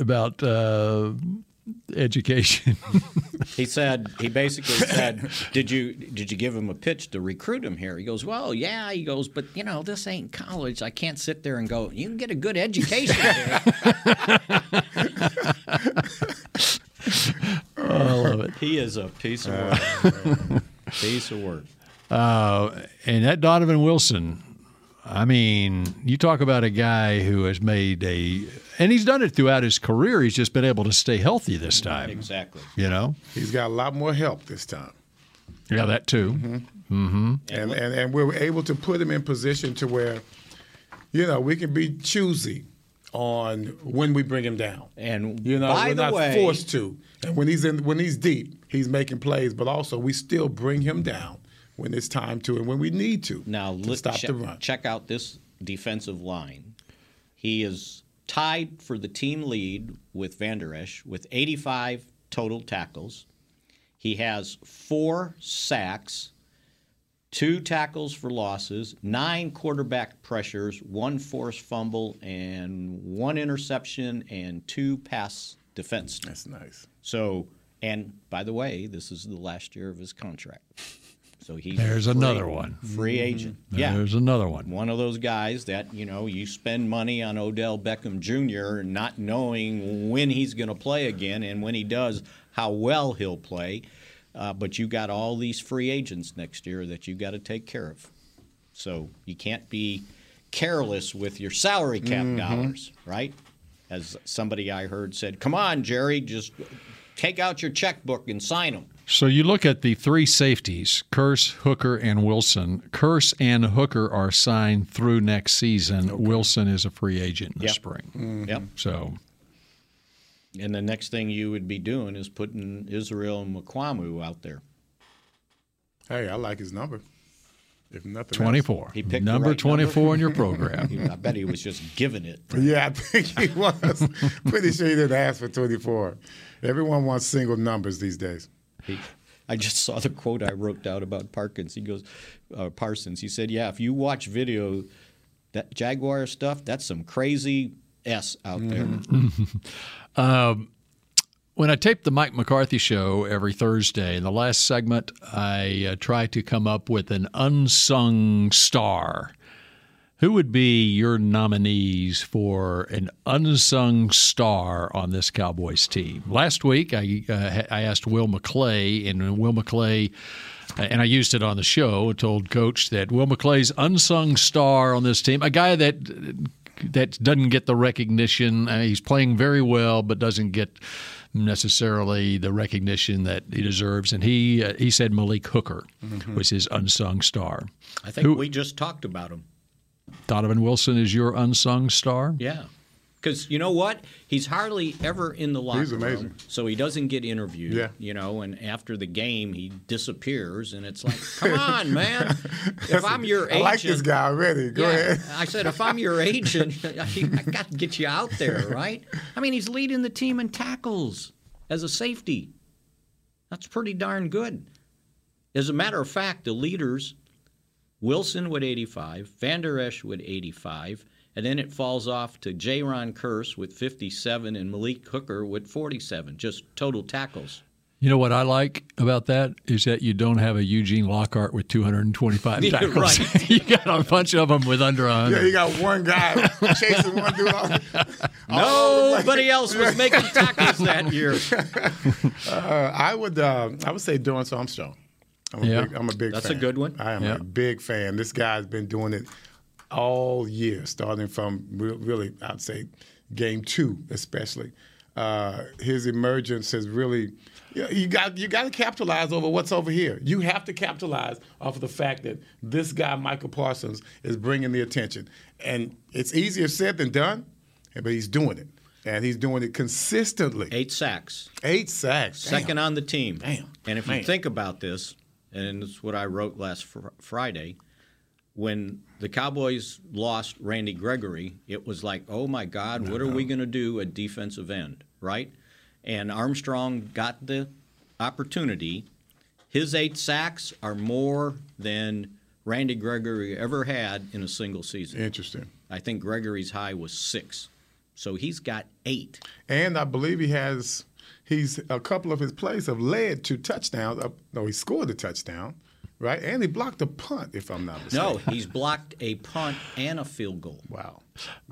[SPEAKER 1] about uh, education.
[SPEAKER 2] He said he basically said, "Did you did you give him a pitch to recruit him here?" He goes, "Well, yeah." He goes, "But you know, this ain't college. I can't sit there and go. You can get a good education." here."
[SPEAKER 1] I love it.
[SPEAKER 2] He is a piece of work. piece of work.
[SPEAKER 1] Uh, and that Donovan Wilson, I mean, you talk about a guy who has made a, and he's done it throughout his career. He's just been able to stay healthy this time.
[SPEAKER 2] Exactly.
[SPEAKER 1] You know?
[SPEAKER 3] He's got a lot more help this time.
[SPEAKER 1] Yeah, that too. Mm-hmm.
[SPEAKER 3] and, and and we were able to put him in position to where, you know, we can be choosy on when we bring him down.
[SPEAKER 2] And
[SPEAKER 3] you know,
[SPEAKER 2] by
[SPEAKER 3] we're
[SPEAKER 2] the
[SPEAKER 3] not
[SPEAKER 2] way-
[SPEAKER 3] forced to. And when he's in, when he's deep, he's making plays, but also we still bring him down when it's time to and when we need to.
[SPEAKER 2] Now
[SPEAKER 3] to
[SPEAKER 2] let's
[SPEAKER 3] stop
[SPEAKER 2] check,
[SPEAKER 3] the run.
[SPEAKER 2] check out this defensive line. He is tied for the team lead with Van Der Esch with 85 total tackles. He has four sacks, two tackles for losses, nine quarterback pressures, one forced fumble, and one interception and two pass defense.
[SPEAKER 3] That's nice.
[SPEAKER 2] So, and by the way, this is the last year of his contract. So he
[SPEAKER 1] There's
[SPEAKER 2] free-
[SPEAKER 1] another one.
[SPEAKER 2] free agent. Yeah,
[SPEAKER 1] There's another one.
[SPEAKER 2] one of those guys that you know you spend money on Odell Beckham Jr. not knowing when he's going to play again and when he does how well he'll play, uh, but you got all these free agents next year that you got to take care of, so you can't be careless with your salary cap
[SPEAKER 3] Mhm.
[SPEAKER 2] dollars, right? As somebody I heard said, "Come on, Jerry, just take out your checkbook and sign them."
[SPEAKER 1] So you look at the three safeties, Curse, Hooker, and Wilson. Curse and Hooker are signed through next season. Wilson is a free agent in the
[SPEAKER 2] Yep.
[SPEAKER 1] spring.
[SPEAKER 2] Yep.
[SPEAKER 1] So
[SPEAKER 2] And the next thing you would be doing is putting Israel Mukwamu out there.
[SPEAKER 3] Hey, I like his number. If nothing, else.
[SPEAKER 1] 24.
[SPEAKER 2] He picked the
[SPEAKER 1] number
[SPEAKER 2] right
[SPEAKER 1] 24 in your
[SPEAKER 2] He-
[SPEAKER 1] program.
[SPEAKER 2] I bet he was just giving it.
[SPEAKER 3] Yeah, I think he was. Pretty sure he didn't ask for 24. Everyone wants single numbers these days.
[SPEAKER 2] He- I just saw the quote I wrote down about Parkins. He goes, uh, Parsons. He said, "Yeah, if you watch video, that Jaguar stuff, that's some crazy s out
[SPEAKER 1] Mm-hmm.
[SPEAKER 2] there."
[SPEAKER 1] Um, when I tape the Mike McCarthy show every Thursday, in the last segment, I uh, try to come up with an unsung star. Who would be your nominees for an unsung star on this Cowboys team? Last week, I, uh, ha- I asked Will McClay, and Will McClay, uh, and I used it on the show, told Coach that Will McClay's unsung star on this team, a guy that that doesn't get the recognition. Uh, he's playing very well, but doesn't get necessarily the recognition that he deserves. And he uh, he said Malik Hooker
[SPEAKER 2] Mm-hmm.
[SPEAKER 1] was his unsung star.
[SPEAKER 2] I think
[SPEAKER 1] Who-
[SPEAKER 2] we just talked about him.
[SPEAKER 1] Donovan Wilson is your unsung star.
[SPEAKER 2] Yeah. Because you know what? He's hardly ever in the locker
[SPEAKER 3] He's amazing.
[SPEAKER 2] room, so he doesn't get interviewed.
[SPEAKER 3] Yeah.
[SPEAKER 2] You know, and after the game, he disappears, and it's like, come on, man! If I'm your agent,
[SPEAKER 3] I like this guy already. Go
[SPEAKER 2] Yeah,
[SPEAKER 3] ahead.
[SPEAKER 2] I said, if I'm your agent, I I got to get you out there, right? I mean, he's leading the team in tackles as a safety. That's pretty darn good. As a matter of fact, the leaders, Wilson with 85, Van Der Esch with 85, and then it falls off to J. Ron Curse with 57 and Malik Hooker with 47, just total tackles.
[SPEAKER 1] You know what I like about that is that you don't have a Eugene Lockhart with 225
[SPEAKER 3] Yeah,
[SPEAKER 1] tackles.
[SPEAKER 3] right.
[SPEAKER 1] you got a bunch of them with under 100.
[SPEAKER 3] Yeah, you got one guy chasing one dude. All, Oh,
[SPEAKER 2] Nobody else was making tackles that year.
[SPEAKER 3] Uh, I would, uh, I would say Dorrance Armstrong. I'm a
[SPEAKER 2] Yeah.
[SPEAKER 3] big, I'm a big.
[SPEAKER 2] That's a
[SPEAKER 3] fan.
[SPEAKER 2] good one.
[SPEAKER 3] I am
[SPEAKER 2] Yeah.
[SPEAKER 3] a big fan. This guy's been doing it all year, starting from re- really, I'd say, game two, especially. Uh, his emergence has really. You, you got you got to capitalize over what's over here. You have to capitalize off of the fact that this guy Michael Parsons is bringing the attention, and it's easier said than done, but he's doing it, and he's doing it consistently.
[SPEAKER 2] Eight sacks.
[SPEAKER 3] Eight sacks.
[SPEAKER 2] Second on the team.
[SPEAKER 3] Damn.
[SPEAKER 2] And if
[SPEAKER 3] Man.
[SPEAKER 2] you think about this, and it's what I wrote last fr- Friday, when the Cowboys lost Randy Gregory, it was like, oh my God, what are
[SPEAKER 3] Uh-huh.
[SPEAKER 2] we going to do at defensive end, right? And Armstrong got the opportunity. His eight sacks are more than Randy Gregory ever had in a single season.
[SPEAKER 3] Interesting.
[SPEAKER 2] I think Gregory's high was six. So he's got eight.
[SPEAKER 3] And I believe he has he's a couple of his plays have led to touchdowns. Uh, no, he scored a touchdown, right? And he blocked a punt, if I'm not mistaken.
[SPEAKER 2] No, he's blocked a punt and a field goal.
[SPEAKER 3] Wow.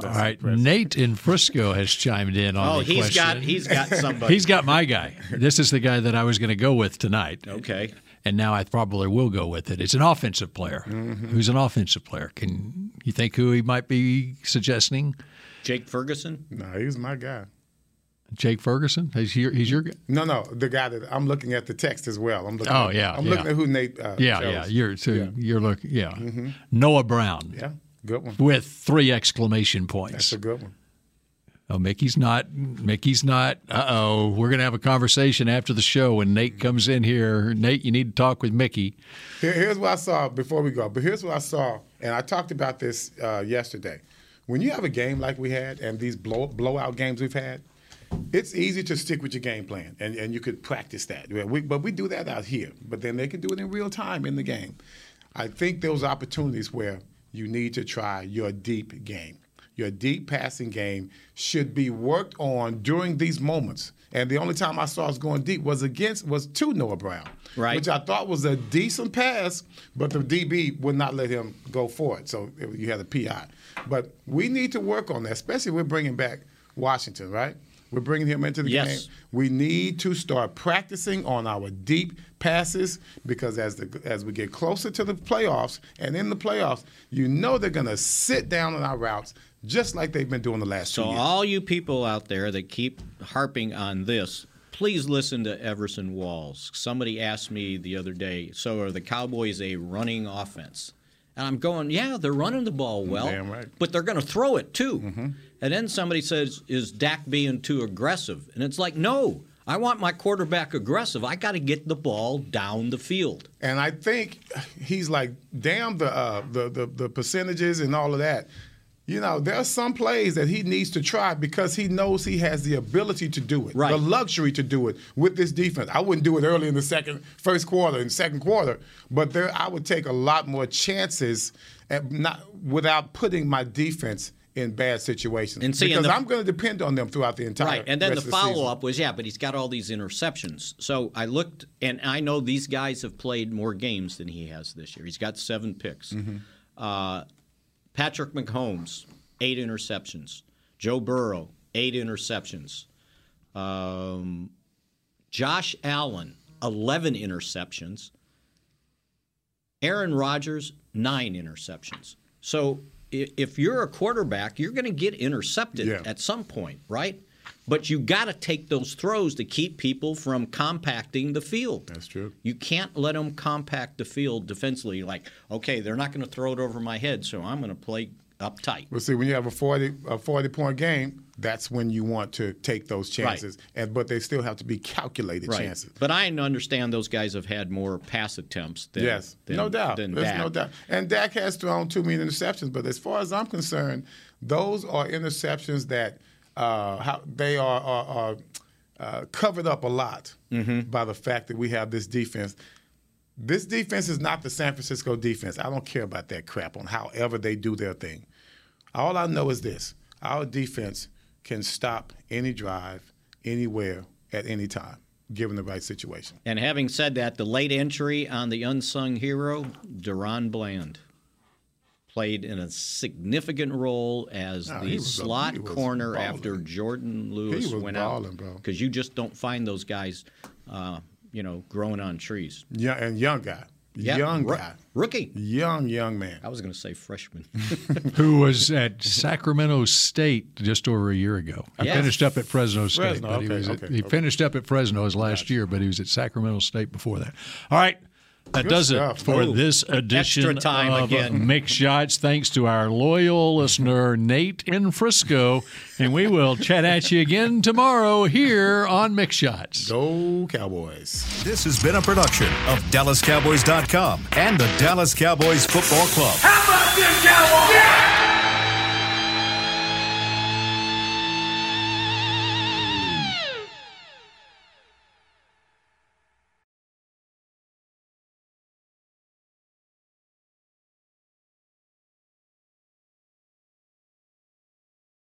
[SPEAKER 1] All right, Nate in Frisco has chimed in on
[SPEAKER 2] Oh,
[SPEAKER 1] the
[SPEAKER 2] he's
[SPEAKER 1] question.
[SPEAKER 2] got- he's got somebody.
[SPEAKER 1] he's got my guy. This is the guy that I was going to go with tonight.
[SPEAKER 2] Okay.
[SPEAKER 1] And now I probably will go with it. It's an offensive player.
[SPEAKER 3] Mm-hmm.
[SPEAKER 1] Who's an offensive player? Can you think who he might be suggesting?
[SPEAKER 2] Jake Ferguson?
[SPEAKER 3] No, he was my guy.
[SPEAKER 1] Jake Ferguson? He's your he's your guy.
[SPEAKER 3] No, no, the guy that I'm looking at the text as well. I'm looking.
[SPEAKER 1] Oh
[SPEAKER 3] at,
[SPEAKER 1] yeah.
[SPEAKER 3] I'm
[SPEAKER 1] yeah.
[SPEAKER 3] looking at who Nate. Uh,
[SPEAKER 1] yeah,
[SPEAKER 3] chose.
[SPEAKER 1] yeah. You're so you're looking. Yeah.
[SPEAKER 3] Mhm.
[SPEAKER 1] Noah Brown.
[SPEAKER 3] Yeah, good one.
[SPEAKER 1] With three exclamation points.
[SPEAKER 3] That's a good one.
[SPEAKER 1] Oh, Mickey's not. Mickey's not. Uh oh. We're going to have a conversation after the show when Nate comes in here. Nate, you need to talk with Mickey.
[SPEAKER 3] Here- here's what I saw before we go. But here's what I saw, and I talked about this uh, yesterday. When you have a game like we had, and these blow, blowout games we've had, it's easy to stick with your game plan, and, and you could practice that. We, but we do that out here. But then they can do it in real time in the game. I think those opportunities where you need to try your deep game. Your deep passing game should be worked on during these moments. And the only time I saw us going deep was against was to Noah Brown, right? Which I thought was a decent pass, but the DB would not let him go for it. So it- you had a PI. But we need to work on that, especially we're bringing back Washington, right? We're bringing him into the
[SPEAKER 2] Yes.
[SPEAKER 3] game. We need to start practicing on our deep passes because as the as we get closer to the playoffs and in the playoffs, you know they're going to sit down on our routes just like they've been doing the last
[SPEAKER 2] So
[SPEAKER 3] two years.
[SPEAKER 2] all you people out there that keep harping on this, please listen to Everson Walls. Somebody asked me the other day, so are the Cowboys a running offense? And I'm going, yeah, they're running the ball well,
[SPEAKER 3] Damn right.
[SPEAKER 2] but they're going to throw it too. And then somebody says, is Dak being too aggressive? And it's like, no, I want my quarterback aggressive. I got to get the ball down the field.
[SPEAKER 3] And I think he's like, damn the, uh, the the the percentages and all of that. You know, there are some plays that he needs to try because he knows he has the ability to do it, right. the luxury to do it with this defense. I wouldn't do it early in the second, first quarter and second quarter, but there I would take a lot more chances at not without putting my defense in bad situations
[SPEAKER 2] And see, and
[SPEAKER 3] because
[SPEAKER 2] the-
[SPEAKER 3] I'm going to depend on them throughout the entire
[SPEAKER 2] Right, and then the
[SPEAKER 3] rest of season.
[SPEAKER 2] follow up was yeah, but he's got all these interceptions. So I looked, and I know these guys have played more games than he has this year. He's got seven picks.
[SPEAKER 3] Mm-hmm.
[SPEAKER 2] Uh, Patrick McHomes, eight interceptions. Joe Burrow, eight interceptions. Um, Josh Allen, eleven interceptions. Aaron Rodgers, nine interceptions. So i- if you're a quarterback, you're going to get intercepted at some point, right? But you got to take those throws to keep people from compacting the field. That's
[SPEAKER 3] true.
[SPEAKER 2] You can't let them compact the field defensively. Like, okay, they're not going to throw it over my head, so I'm going to play up tight.
[SPEAKER 3] Well, see, when you have a forty a forty point game, that's when you want to take those
[SPEAKER 2] Right.
[SPEAKER 3] chances, and but they still have to be calculated
[SPEAKER 2] Right.
[SPEAKER 3] chances.
[SPEAKER 2] But I understand those guys have had more pass attempts than
[SPEAKER 3] yes,
[SPEAKER 2] than-
[SPEAKER 3] no doubt.
[SPEAKER 2] than
[SPEAKER 3] There's
[SPEAKER 2] Dak.
[SPEAKER 3] no doubt. And Dak has thrown too many interceptions, but as far as I'm concerned, those are interceptions that uh, how, they are are, are uh, covered up a lot
[SPEAKER 2] Mm-hmm.
[SPEAKER 3] by the fact that we have this defense. This defense is not the San Francisco defense. I don't care about that crap on however they do their thing. All I know is this our defense can stop any drive, anywhere, at any time. given the right situation.
[SPEAKER 2] And having said that, the late entry on the unsung hero, Duron Bland, played in a significant role as
[SPEAKER 3] No, he
[SPEAKER 2] the
[SPEAKER 3] was a-
[SPEAKER 2] slot
[SPEAKER 3] he was
[SPEAKER 2] corner
[SPEAKER 3] balling.
[SPEAKER 2] after Jordan Lewis
[SPEAKER 3] was
[SPEAKER 2] went
[SPEAKER 3] balling, bro.
[SPEAKER 2] out because you just don't find those guys, uh, you know, growing on trees.
[SPEAKER 3] Yeah, and young guy,
[SPEAKER 2] Yeah,
[SPEAKER 3] young
[SPEAKER 2] roo-
[SPEAKER 3] guy,
[SPEAKER 2] rookie,
[SPEAKER 3] young young man.
[SPEAKER 2] I was going to say freshman.
[SPEAKER 1] Who was at Sacramento State just over a year ago? I
[SPEAKER 2] Yes.
[SPEAKER 1] finished up at Fresno State,
[SPEAKER 3] Fresno,
[SPEAKER 1] but he,
[SPEAKER 3] okay,
[SPEAKER 1] was at,
[SPEAKER 3] okay,
[SPEAKER 1] he
[SPEAKER 3] okay.
[SPEAKER 1] finished up at Fresno's last year, but he was at Sacramento State before that. All right, that
[SPEAKER 3] Good
[SPEAKER 1] does
[SPEAKER 3] stuff.
[SPEAKER 1] it for
[SPEAKER 3] Ooh.
[SPEAKER 1] this edition
[SPEAKER 2] Extra time
[SPEAKER 1] of
[SPEAKER 2] again.
[SPEAKER 1] Mix Shots. Thanks to our loyal listener Nate in Frisco, and we will chat at you again tomorrow here on Mix Shots.
[SPEAKER 3] Go Cowboys!
[SPEAKER 14] This has been a production of DallasCowboys.com and the Dallas Cowboys Football Club.